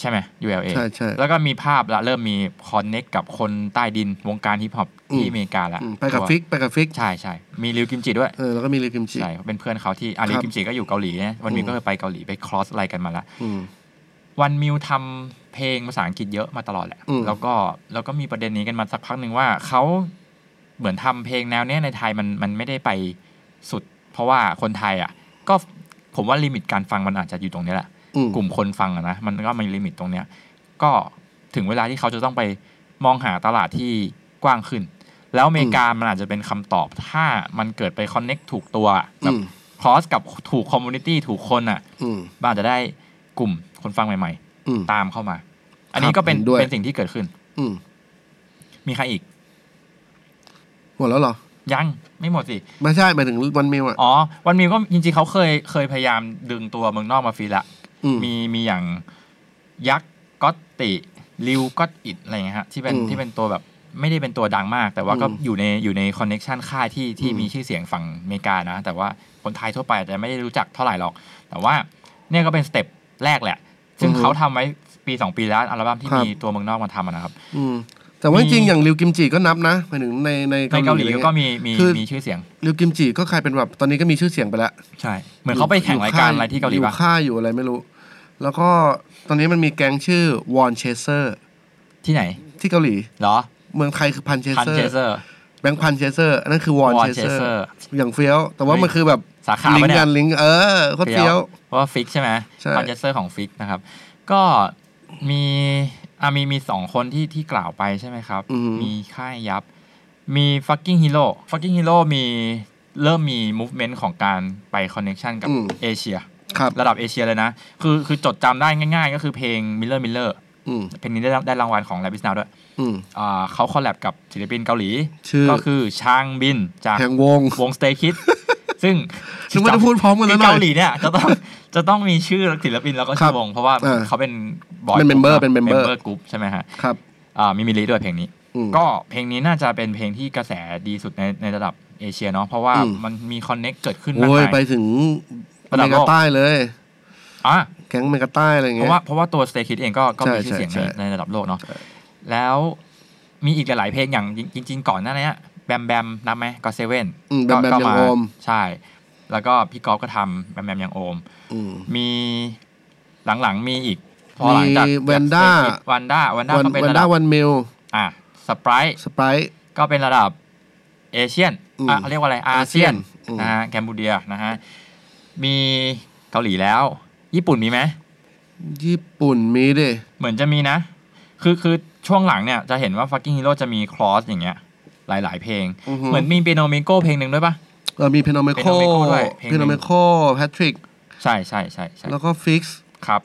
S3: ใช่ไหม ULA
S4: ใช่ใช่
S3: แล้วก็มีภาพละเริ่มมีคอนเน็กกับคนใต้ดินวงการฮิปฮอปที่
S4: อืม
S3: อเมริกาละ
S4: อืมไปกับฟิก ไปกับฟิก
S3: ใช่ใช่มีริวกิมจิด้วย
S4: เออ แล้วก็มีริคิมจิ
S3: ใช่เขาเป็นเพื่อนเขาที่อารี
S4: ครับ
S3: กิมจิก็อยู่เกาหลีนะวันมิว
S4: อืม
S3: ก็เคยไปเกาหลีไปครอสอะไรกันมาละ
S4: อืม
S3: วันมิวทำเพลงภาษาอังกฤษเยอะมาตลอดแหละ
S4: อืม
S3: แล้วก็แล้วก็มีประเด็นนี้กันมาสักพักหนึ่งว่าเขาเหมือนทำเพลงแนวเนี้ยในไทยมันมันไม่ได้ไปสุด เพราะว่าคนไทยอ่ะ ก็ผมว่าลิมิตการฟังมันอาจจะอยู่ตรงเนี้ยแหละ
S4: อืม
S3: กลุ่มคนฟังอะนะมันก็มีลิมิตตรงเนี้ย ก็ถึงเวลาที่เขาจะต้องไปมองหาตลาดที่กว้างขึ้น แล้วอเมริกามันอาจจะเป็นคำตอบถ้ามันเกิดไปคอนเน็กถูกตัวแบ
S4: อื
S3: บ
S4: ม
S3: คอสกับถูกคอมมูนิตี้ถูกคนอ่ะ
S4: อืม
S3: บ้านจะได้กลุ่มคนฟังใหม่
S4: อืม
S3: ตามเข้ามา อันนี้ก็เป็น
S4: เห็นด้วย
S3: เป็นสิ่งที่เกิดขึ้น
S4: อืม
S3: มีใครอีก
S4: หมดแล้วเหรอ
S3: ยังไม่หมดสิ
S4: ไม่ใช่หมายถึงวันมิวอ่ะ
S3: อ๋อ วันมิวก็จริงๆเขาเคยเคยพยายามดึงตัวเมืองนอกมาฟรีละ
S4: อื
S3: มีมีอย่างยักษ์ก็ตติริวก็ตอิดอะไรเงี้ยฮะที่เป็น
S4: อืม
S3: ที่เป็นตัวแบบไม่ได้เป็นตัวดังมาก แต่ว่าก็
S4: อืม
S3: อยู่ในอยู่ในคอนเน็ชันค่ายที่ที่
S4: อืม
S3: มีชื่อเสียงฝั่งอเมริกานะ แต่ว่าคนไทยทั่วไปอาจจะไม่ได้รู้จักเท่าไหร่หรอก แต่ว่าเนี่ยก็เป็นสเต็ปแรกแหละ ซึ่งเขาทำไว้ปีสองปีแล้วอัลบั้มที่มีตัวเมืองนอกมาทำอะนะครับ
S4: อืมแต่ว่าจริง
S3: มี
S4: ๆอย่างริวกิมจิก็นับนะหมายถึงในใน
S3: ในเกาหลี
S4: อะไรงี้ย
S3: ก็มีมี
S4: คือ
S3: มีชื่อเสียง
S4: ริวกิมจิก็กลายเป็นแบบตอนนี้ก็มีชื่อเสียงไปแล้ว
S3: ใช่ เหมือนเขาไปแข่งรายการอะไรที่เกาหลี
S4: อยู่
S3: ปะ
S4: ค่ายอยู่อะไรไม่รู้ แล้วก็ตอนนี้มันมีแก๊งชื่อวอนเชเซอร์
S3: ที่ไหน
S4: ที่เกาหลี
S3: เหรอ
S4: เมืองไทยคือพันเช
S3: ทัน
S4: เซอ
S3: เช
S4: ร์
S3: เซอร์
S4: แบงค์พันเชเซอร์อันนั้นคือวอน
S3: Won
S4: เชเซอร์
S3: Chaser
S4: อย่างเฟี้ยว แต่ว่า
S3: เฮ้ย
S4: มันคือแบบ
S3: สาขา
S4: ลิง
S3: ปะเนี่ย
S4: ก์กันลิงก์เออโคตรเฟี้ยว
S3: เพราะว่าฟิกใช่ไหม
S4: ใช่
S3: คอนเจสเซอร์ของฟิกนะครับ ก็มีอ่ะมีมีสองคนที่ที่กล่าวไปใช่ไหมครับ
S4: อือหือ
S3: มีค่ายยับ มี fucking hero fucking hero มีเริ่มมี movement ของการไปคอนเน t ชันกับ
S4: อืม
S3: เอเชีย
S4: ครับ
S3: ระดับเอเชียเลยนะ คือคือจดจำได้ง่ายๆ ก็คือเพลง Miller Miller
S4: อืม
S3: เพลงนี้ได้ได้รางวัลของ Labis Now ด้วย
S4: อืม
S3: อ่าเขาคอลแลบกับศิลปินเกาหลี
S4: ชื่อ
S3: ก็คือชางบินจาก
S4: แห่งวง
S3: วง Stay Kids ซึ่ง
S4: นึกว่าจะพูดพร้อมกันแล้ว
S3: ที่
S4: หน่อ
S3: เกาย หลีเนี่ยจะต้องจะต้องมีชื่อศิลปินแล้วก็
S4: ครั
S3: ชื่
S4: บ
S3: อวงเพราะว่า
S4: เออ
S3: เขาเป็นบอย
S4: เป็น member เป็น member
S3: เบอร์กรุ๊ปใช่ไหมฮะ
S4: ครับ
S3: อ่ามีมิลลีด้วยเพลงนี้
S4: อืม
S3: ก็เพลงนี้น่าจะเป็นเพลงที่กระแสดีสุดในในระดับเอเชียเนาะเพราะว่า
S4: อืม
S3: มันมีคอนเน็กเกิดขึ้นมาก
S4: โอ้ยไป
S3: มาย
S4: ถึง
S3: ระดับ
S4: เม
S3: โลก
S4: กาใต้เลย
S3: อ่ะ
S4: แก๊งเมกาใต้อะไร
S3: เพ
S4: เงี้
S3: ราะ
S4: ย
S3: ว่าเพราะว่าตัว Stay Kids เองก็ก็มี
S4: ใช่
S3: ชื่อเสียง
S4: ใช่
S3: ใน
S4: ใช่
S3: ในระดับโลกเนาะแล้วมีอีกหลาย ๆ เพลงอย่างจริง ๆ ก่อนหน้านี้แบมแบมนับไหมก็เซเว่น
S4: อืมแบมแบมยังโอม
S3: ใช่ แล้วก็พี่กอล์ฟก็ทำแบมแบมยังโอม
S4: อืม
S3: มีหลังๆมีอีก พอ
S4: มี
S3: หลังจาก
S4: แวนด้า
S3: วันด้าวันด้า
S4: วัน
S3: ก็เป็น
S4: วัน
S3: ระ
S4: ด้า
S3: ดับ
S4: วันมิล
S3: อ่ะสปาย
S4: สไปร์
S3: ก็เป็นระดับเอเชียน
S4: อืม
S3: อ่ะเขาเรียกว่าอะไรอาเซียน
S4: อืม
S3: นะฮะแคนบูเดียนะฮะมีเกาหลีแล้ว ญี่ปุ่นมีไหม
S4: ญี่ปุ่นมีดิ
S3: เหมือนจะมีนะ คือคือช่วงหลังเนี่ยจะเห็นว่า fucking hero จะมีคลอสอย่างเงี้ย หลายๆเพลง เหมือนมีเปียโนเมโกเพลงหนึ่งด้วยปะ
S4: เออมีเพนโนเมโค
S3: Phenomico ด้วยเพลงหนึ่ง
S4: เพนโนเมโคแพทริก
S3: ใช่ใช่ใช่ใช่
S4: แล้วก็ฟิกซ์
S3: ครับ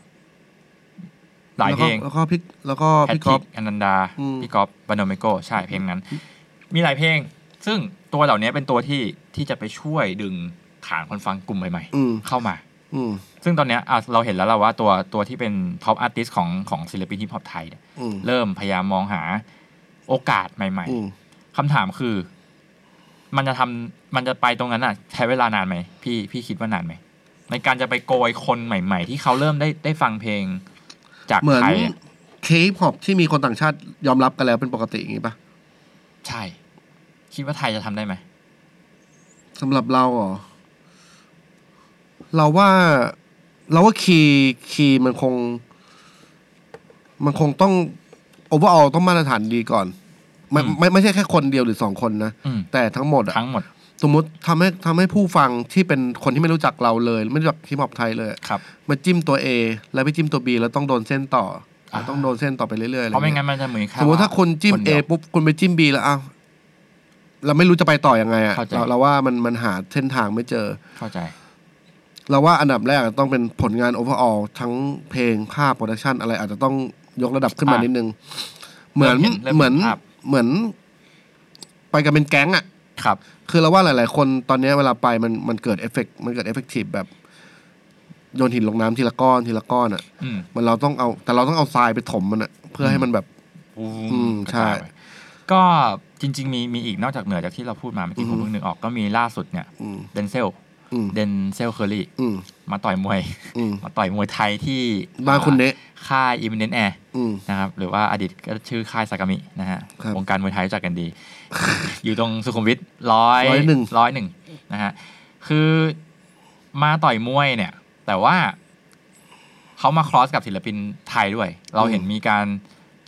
S3: หลายเพลง
S4: แล้วก็พิกแล้วก็
S3: แพท
S4: พี่
S3: ริ
S4: ก๊อฟ
S3: กอนันดา
S4: อืม
S3: พี่ก๊อฟบานโนเมโก ใช่เพลงนั้น มีหลายเพลง ซึ่งตัวเหล่านี้เป็นตัวที่ที่จะไปช่วยดึงฐานคนฟังกลุ่มใหม่
S4: อืม
S3: ๆ เข้ามา
S4: อืม
S3: ซึ่งตอนเนี้ยอ่ะเราเห็นแล้วเราว่าตัวตัวที่เป็นท็อปอาร์ติสของของศิลปินฮิปฮอปไทยเนี่ย
S4: อืม
S3: เริ่มพยายามมองหาโอกาสใหม่
S4: อืม
S3: ๆคำถามคือ มันจะทำมันจะไปตรงนั้นอ่ะ ใช้เวลานานไหมพี่พี่คิดว่านานไหมในการจะไปโกยคนใหม่ ๆ ที่เขาเริ่มได้ได้ฟังเพลง จาก
S4: เหมือน
S3: ไทยอะ
S4: เคปฮอปที่มีคนต่างชาติยอมรับกันแล้วเป็นปกติอย่างนี้ปะ
S3: ใช่ คิดว่าไทยจะทำได้ไหม
S4: สำหรับเราเหรอเราว่า เราว่าคีย์คีย์มันคง มันคงต้องโอเวอร์ออต้องมาตรฐานดีก่อนไม่
S3: อืม
S4: ไม่ไม่ใช่แค่คนเดียวหรือสองคนนะ
S3: อืม
S4: แต่ทั้งหมดอะ
S3: ทั้งหมด
S4: สมมติทำให้ทำให้ผู้ฟังที่เป็นคนที่ไม่รู้จักเราเลย ไม่รู้จักฮิปฮอปไทยเลย
S3: ครับ
S4: มาจิ้มตัว A แล้วไปจิ้มตัว B แล้วต้องโดนเส้นต่ออ่ะ
S3: อ่า
S4: ต้องโดนเส้นต่อไปเรื่อยๆอะไร
S3: เพราะไม่งั้
S4: เงี้ย
S3: นมันจะเหมือนแ
S4: สมมติถ้าคนจิ้ม
S3: น
S4: A
S3: เดียว
S4: ปุ๊บคุณไปจิ้ม B แล้วอ้าวเราไม่รู้จะไปต่อยังไงอะ
S3: เข้าใจ
S4: เราเราว่ามันมันหาเส้นทางไม่เจอ
S3: เข้าใจ
S4: เราว่าอันดับแรกอะต้องเป็นผลงานโอเวอร์ออทั้งเพลงภาพโปรดักชันอะไรอาจจะต้องยกระดับขึ้นมา
S3: อ่ะ
S4: นิดนึง เหมือน
S3: เริ่มเห็นเริ่มเห็น
S4: เหมือน
S3: ภาพ
S4: เหมือน ไปกันเป็นแก๊งอะ
S3: ครับ
S4: คือเราว่าหลาย ๆ คนตอนเนี้ยเวลาไปมันมันเกิดเอฟเฟกมันเกิดเอฟเฟกตีฟแบบโยนหินลงน้ำทีละก้อนทีละก้อนอ่ะ
S3: อืม
S4: มันเราต้องเอา แต่เราต้องเอาทรายไปถมมันอ่ะ เพื่อให้มันแบบ
S3: ปู
S4: อืม
S3: กระจาย
S4: ใช่
S3: ไปก็จริง ๆ มีมีอีกนอกจากเหนือจากที่เราพูดมาเมื่อกี้ผมเพิ่งนึกออกก็มีล่าสุดเนี่ย
S4: อืม
S3: เดนเซล
S4: อืม
S3: เดนเซลเคอรี่
S4: อืม
S3: มาต่อยมวย
S4: อืม
S3: มาต่อยมวยไทยที่
S4: บ้านคุณเนะ
S3: ค่ายอิมเนนแอร์
S4: อืม
S3: นะครับหรือว่าอดีตก็ชื่อค่ายสากามินะฮะ
S4: ครับ
S3: วงการมวยไทยรู้จักกันดี อยู่ตรงสุขุมวิทร้อย
S4: 101
S3: ร้อยหนึ่งนะฮะคือมาต่อยมวยเนี่ย แต่ว่า เขามาครอสกับศิลปินไทยด้วย เราเห็นมีการ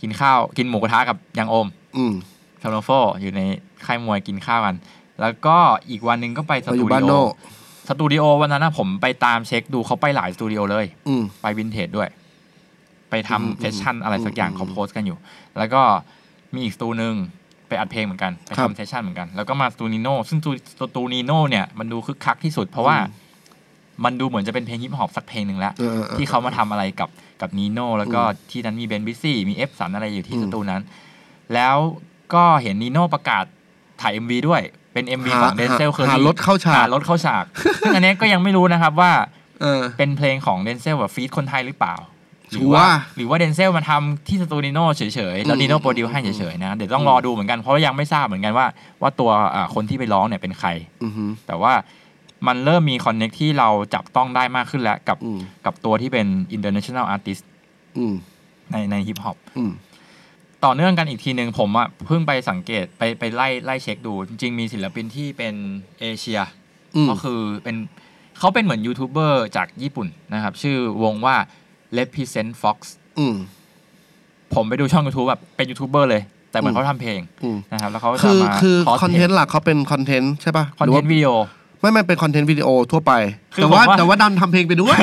S3: กินข้าวกินหมูกระทะกับยังโอม
S4: อืม
S3: ทาโนโฟอยู่ในค่ายมวยกินข้าวกัน แล้วก็อีกวันหนึ่งก็ไปส
S4: เราอ
S3: ตู
S4: ยู่
S3: ดิ
S4: บ้าน
S3: โอ
S4: โนอก
S3: สตูดิโอวันนั้นนะผมไปตามเช็คดูเขาไปหลายสตูดิโอเลย
S4: อืม
S3: ไปวินเทจด้วย ไป
S4: อืม
S3: ทำเซสชั่นอะไรสักอย่าง
S4: อืม
S3: เขาโพสต์กันอยู่ แล้วก็มีอีกสตูหนึ่งไปอัดเพลงเหมือนกัน ไป
S4: ครับ
S3: ทำเซสชั่นเหมือนกัน แล้วก็มาสตูนิโน่ซึ่งสตูสตูนิโน่เนี่ยมันดูคึกคักที่สุด เพราะว่า
S4: อืม
S3: มันดูเหมือนจะเป็นเพลงฮิปฮอปสักเพลงหนึ่งแล้ว
S4: เออเออเออ
S3: ที่เขามาทำอะไรกับ กับนีโน่แล้วก็ที่นั้นมีเบนบิซี่มีเอฟสันอะไรอยู่ที่
S4: อืม
S3: สตูนั้น แล้วก็เห็นนีโน่ประกาศถ่าย MV ด้วยเป็น MV
S4: หา
S3: ของเดนเซลเคอร์
S4: หา
S3: รี่
S4: รถเข้าฉาก
S3: หรถเข้าฉาก ซึ่งอันเนี้ยก็ยังไม่รู้นะครับว่า
S4: เออ
S3: เป็นเพลงของเดนเซลแบบฟีดคนไทยหรือเปล่า ห
S4: ชั
S3: รือ
S4: วร์
S3: ว่าหรือว่าเดนเซลมาทำที่สตูดิโน่เฉยๆ แล้ว
S4: อืม
S3: ดีโน่โปรดิวให้เฉยๆนะ เดี๋ยวต้องรอดูเหมือนกัน เพราะว่ายังไม่ทราบเหมือนกันว่า ว่าตัวอ่าคนที่ไปร้องเนี่ยเป็นใคร
S4: อือหือ
S3: แต่ว่ามันเริ่มมีคอนเน็กที่เราจับต้องได้มากขึ้นแล้ว กับ
S4: อืม
S3: กับตัวที่เป็น international artist
S4: อืม
S3: ในในฮิปฮอป
S4: อืม
S3: ต่อเนื่องกันอีกทีหนึ่งผมอะเพิ่งไปสังเกตไปไปไล่ไล่เช็คดู จริงๆมีศิลปินที่เป็นเอเชีย
S4: อืม
S3: ก็คือเป็นเขาเป็นเหมือนยูทูบเบอร์จากญี่ปุ่นนะครับ ชื่อวงว่า Represent Fox
S4: อืม
S3: ผมไปดูช่อง YouTube แบบเป็นยูทูบเบอร์เลย แต่เหมือน
S4: อืม
S3: เขาทำเพลง
S4: อืม
S3: นะครับ แล้วเขาจะ
S4: คือ
S3: มา
S4: คือ
S3: ส
S4: คอนเทนต์หลักเขาเป็นคอนเทนต์ใช่ป่ะ
S3: คอน
S4: หรื
S3: เท
S4: ว่าน
S3: ต์วิดีโอ
S4: ไม่ไม่เป็นคอนเทนต์วิดีโอทั่วไป
S3: คือ
S4: แต่ว่า
S3: ผมว่า
S4: แต่ว่าดันทำเพลงไป ด้วย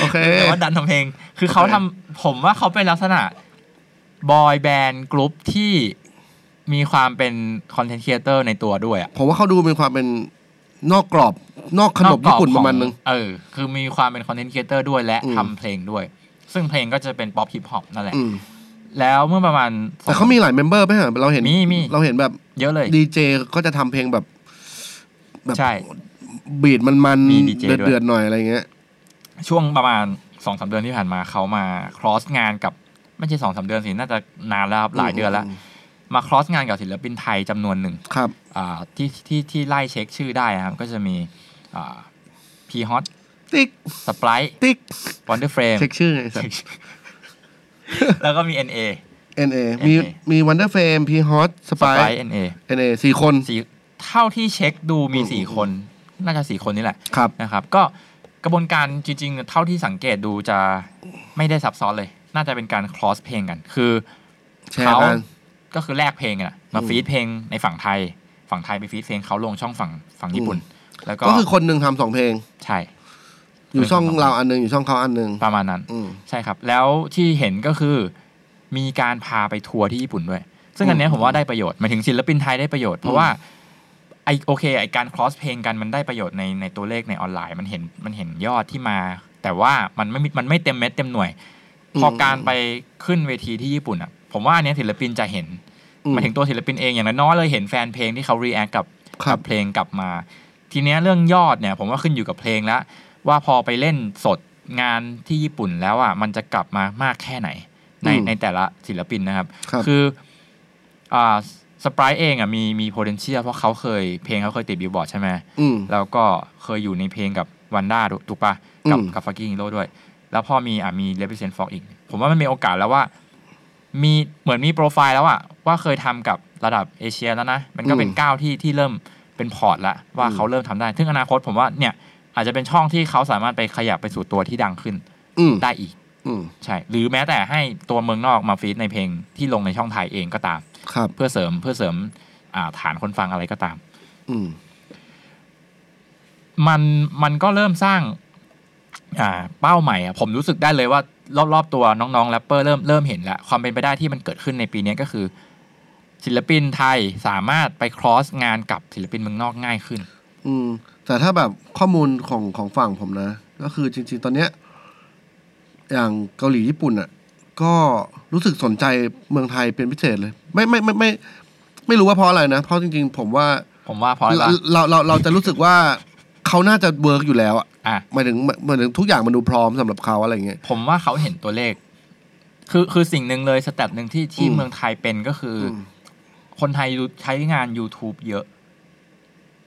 S4: โอเค
S3: แต่ว่าดันทำเพลง คือเขาทำผมว่าเขาเป็นลักษณะบอยแบนด์กรุ๊ปที่มีความเป็นคอนเทนต์ครีเอเตอร์ในตัวด้วยอะ
S4: ผมว่าเขาดูเป็นความเป็นนอกกรอบ นอกขนบ
S3: อกก
S4: ญี่
S3: อบ
S4: ปุ่น
S3: ขอ
S4: ประมาณนึง
S3: เออ คือมีความเป็นคอนเทนต์ครีเอเตอร์ด้วยและ
S4: อืม
S3: ทำเพลงด้วย ซึ่งเพลงก็จะเป็นป๊อปฮิปฮอปนั่นแหละ
S4: อืม
S3: แล้วเมื่อประมาณสอง
S4: แต่เขามีหลายเมมเบอร์ไหมฮะเราเห็น
S3: มีมี
S4: เราเห็นแบบ
S3: เยอะเลย
S4: ดีเจก็จะทำเพลงแบบ แบบ
S3: ใช่
S4: บีดมันมัน
S3: มี DJ ด้วย
S4: เดือดๆหน่อยอะไรเงี้ย
S3: ช่วงประมาณสองสามเดือนที่ผ่านมาเขามา cross งานกับไม่ใช่สองสามเดือนสิ น่าจะนานแล้วครับ หลายเดือนแล้ว
S4: อืม
S3: มา cross งานกับศิลปินไทยจำนวนหนึ่ง
S4: ครับ
S3: อ่าที่ที่ที่ไล่เช็คชื่อได้นะครับ ก็จะมีพีฮอต
S4: ติ๊ก
S3: สปราย
S4: ติ๊ก
S3: วันเดอร์เฟรม
S4: เช็คชื่อไงสัตว์
S3: แล้วก็มี NA
S4: NA มี
S3: NA
S4: มีวันเดอร์เฟรมพีฮอตส
S3: ส
S4: ปา
S3: ป
S4: ย
S3: ราย NA
S4: NA สี่คน
S3: สี่เท่าที่เช็คดูมี
S4: อืม
S3: สี่
S4: อืม
S3: คน น่าจะสี่คนนี่แหละ
S4: ครับ
S3: นะครับก็กระบวนการจริงๆ เท่าที่สังเกตดูจะไม่ได้ซับซ้อนเลย น่าจะเป็นการ cross เพลงกัน คือ
S4: แชร์
S3: เขา
S4: กัน
S3: ก็คือแลกเพลงอะมาฟีดเพลงในฝั่งไทย ฝั่งไทยไปฟีดเพลงเขาลงช่องฝั่งฝั่งญี่ปุ่น แล้วก็
S4: ก็คือคนหนึ่งทำสองเพลง
S3: ใช่
S4: อยู่ช่อง
S3: เป็นคนทำ
S4: เราอันหนึงอยู่ช่องเขาอันหนึง
S3: ประมาณนั้น
S4: อืม
S3: ใช่ครับ แล้วที่เห็นก็คือมีการพาไปทัวร์ที่ญี่ปุ่นด้วย ซึ่งอันเนี้ยผมว่าได้ประโยชน์หมายถึงศิลปินไทยได้ประโยชน์ เพราะว่าไอโอเคไอการ cross เพลงกันมันได้ประโยชน์ในในตัวเลขในออนไลน์ มันเห็นมันเห็นยอดที่มา แต่ว่ามันไม่มีมันไม่เต็มเม็ดเต็มหน่วย
S4: อืม
S3: พอการไปขึ้นเวทีที่ญี่ปุ่นอ่ะ ผมว่าอันเนี้ยศิลปินจะเห็นหมายถึงตัวศิลปินเองอย่างน้อยๆเลยเห็นแฟนเพลงที่เขา react กับ
S4: ครั
S3: กั
S4: บบ
S3: เพลงกลับมา ทีเนี้ยเรื่องยอดเนี่ย ผมว่าขึ้นอยู่กับเพลงแล้ว ว่าพอไปเล่นสดงานที่ญี่ปุ่นแล้วอ่ะมันจะกลับมามากแค่ไหน ใน
S4: อืม
S3: ในแต่ละศิลปินนะครับ
S4: ครับ
S3: ออ่าสปายเองอ่ะมีมี potential เพราะเขาเคยเพลงเขาเคยติดบิลบอร์ดใช่ไหม
S4: อืม
S3: แล้วก็เคยอยู่ในเพลงกับวันด้าถูกปะกับ
S4: อืม
S3: กับฟักกิ้งโลด้วย แล้วพอมีอ่ะมี represent fox อีก ผมว่ามันมีโอกาสแล้วว่า มีเหมือนมีโปรไฟล์แล้วอะว่าเคยทำกับระดับเอเชียแล้วนะ มันก็เป็น
S4: อืม
S3: ก้าวที่ที่เริ่มเป็นพอร์ตละว่า
S4: อืม
S3: เขาเริ่มทำได้ ซึ่งอนาคตผมว่าเนี่ยอาจจะเป็นช่องที่เขาสามารถไปขยับไปสู่ตัวที่ดังขึ้น
S4: อืม
S3: ได้อีก
S4: อืม
S3: ใช่ หรือแม้แต่ให้ตัวเมืองนอกมาฟีดในเพลงที่ลงในช่องไทยเองก็ตาม
S4: ครับ
S3: เพื่อเสริมเพื่อเสริมอ่าฐานคนฟังอะไรก็ตาม
S4: อืม
S3: มันมันก็เริ่มสร้างอ่าเป้าใหม่อะผมรู้สึกได้เลยว่ารอบๆตัวน้องๆแรปเปอร์เริ่มเริ่มเห็นแล้ว ความเป็นไปได้ที่มันเกิดขึ้นในปีนี้ก็คือ ศิลปินไทยสามารถไป cross งานกับศิลปินเมืองนอกง่ายขึ้น
S4: อืมแต่ถ้าแบบข้อมูลของของฝั่งผมนะ ก็คือจริง ๆ ตอนเนี้ย อย่างเกาหลีญี่ปุ่นอ่ะ ก็รู้สึกสนใจเมืองไทยเป็นพิเศษเลย ไม่ไม่ไม่ไม่ไม่รู้ว่าเพราะอะไรนะ เพราะจริง ๆ ผมว่า
S3: ผมว่าเพราะอะไร
S4: เรา
S3: วะ
S4: เราเราเราจะรู้สึกว่าเขาน่าจะเวิร์กอยู่แล้วอะ
S3: อ่ะ
S4: หมายถึงหมายถึงทุกอย่างมันดูพร้อมสำหรับเขาอะไรเงี้ย
S3: ผมว่าเขาเห็นตัวเลข คือคือสิ่งหนึ่งเลยสแตทหนึ่งที่ที่
S4: อืม
S3: เมืองไทยเป็นก็คือ
S4: ม
S3: คนไทยใช้งาน YouTube เยอะ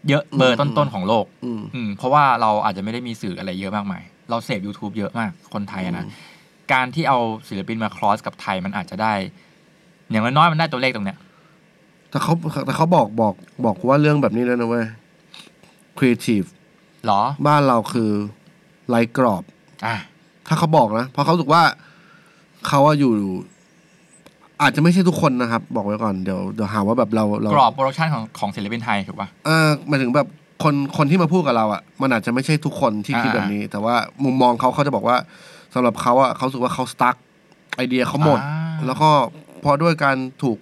S3: เยอะเบอร์
S4: อืม
S3: ต้นๆของโลก
S4: อืม
S3: อืมเพราะว่าเราอาจจะไม่ได้มีสื่ออะไรเยอะมากมาย เราเสพ YouTube เยอะมากคนไทยอะนะ
S4: อืม
S3: การที่เอาศิลปินมาครอสกับไทยมันอาจจะได้ อย่างน้อยๆมันได้ตัวเลขตรงเนี้ย
S4: แต่เขาแต่เขาบอกบอกบอกว่าเรื่องแบบนี้แล้วยนะเว้ยครีเอทีฟ
S3: หรอ
S4: บ้านเราคือไร้กรอบ
S3: อ่ะ
S4: ถ้าเขาบอกนะ เพราะเขารู้สึกว่าเขาอะอยู่ อาจจะไม่ใช่ทุกคนนะครับ บอกไว้ก่อนเดี๋ยวเดี๋ยวหาว่าแบบเราเรา
S3: กรอบโปรดักชันของของศิลปินไทยถูกป่ะ
S4: เออหมายถึงแบบคนคนที่มาพูดกับเราอะมันอาจจะไม่ใช่ทุกคนที่คิด
S3: อ่า
S4: แบบนี้ แต่ว่ามุมมองเขาเขาจะบอกว่าสำหรับเขาอะเขารู้สึกว่าเขาสตั๊กไอเดียเขาหมด
S3: อ่า
S4: แล้วก็พอด้วยการถูก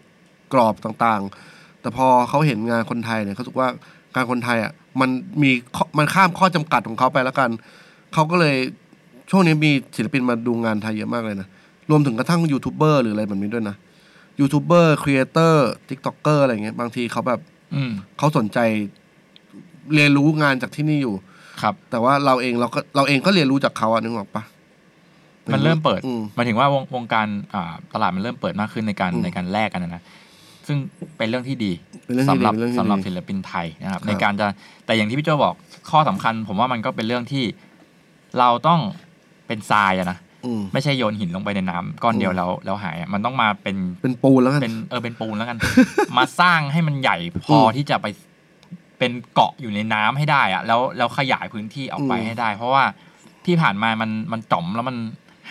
S4: กรอบต่างๆ แต่พอเขาเห็นงานคนไทยเนี่ยเขาสึกว่าการคนไทยอ่ะมันมีข้อมันข้ามข้อจำกัดของเขาไปแล้วกัน เขาก็เลยช่วงนี้มีศิลปินมาดูงานไทยเยอะมากเลยนะ รวมถึงกระทั่งยูทูบเบอร์หรืออะไรแบบนี้ด้วยนะยูทูบเบอร์ครีเอเตอร์ทิกต็อกเกอร์อะไรเงี้ยบางทีเขาแบบ
S3: อืม
S4: เขาสนใจเรียนรู้งานจากที่นี่อยู่
S3: ครับ
S4: แต่ว่าเราเองเราก็เราเองก็เรียนรู้จากเขาอะนึกออกปะ
S3: มันเริ่มเปิด
S4: อืม
S3: หมายถึงว่าวงวงการอ่าตลาดมันเริ่มเปิดมากขึ้นในการ
S4: อืม
S3: ในการแลกกันนะนะซึ่งเป็นเรื่องที่ดี
S4: เป็นเรื่องที่
S3: สำหรั
S4: ดีเป็นเรื่องที่
S3: สำหรับ
S4: ดี
S3: ศิลปินไทยนะครับ
S4: ครับ
S3: ในการจะแต่อย่างที่พี่โจบอกข้อสำคัญ ผมว่ามันก็เป็นเรื่องที่เราต้องเป็นทรายอะนะ
S4: อืม
S3: ไม่ใช่โยนหินลงไปในน้ำก้อนเดียว
S4: อืม
S3: แล้วแล้วหายอะมันต้องมาเป็น
S4: เป็นปูนแล้วกัน
S3: เป็นเออเป็นปูนแล้วกัน มาสร้างให้มันใหญ่พออ
S4: ม
S3: ที่จะไปเป็นเกาะอยู่ในน้ำให้ได้อะแล้วแล้วขยายพื้นที่ออกไป
S4: อืม
S3: ให้ได้ เพราะว่าที่ผ่านมามันมันจ่อมแล้วมัน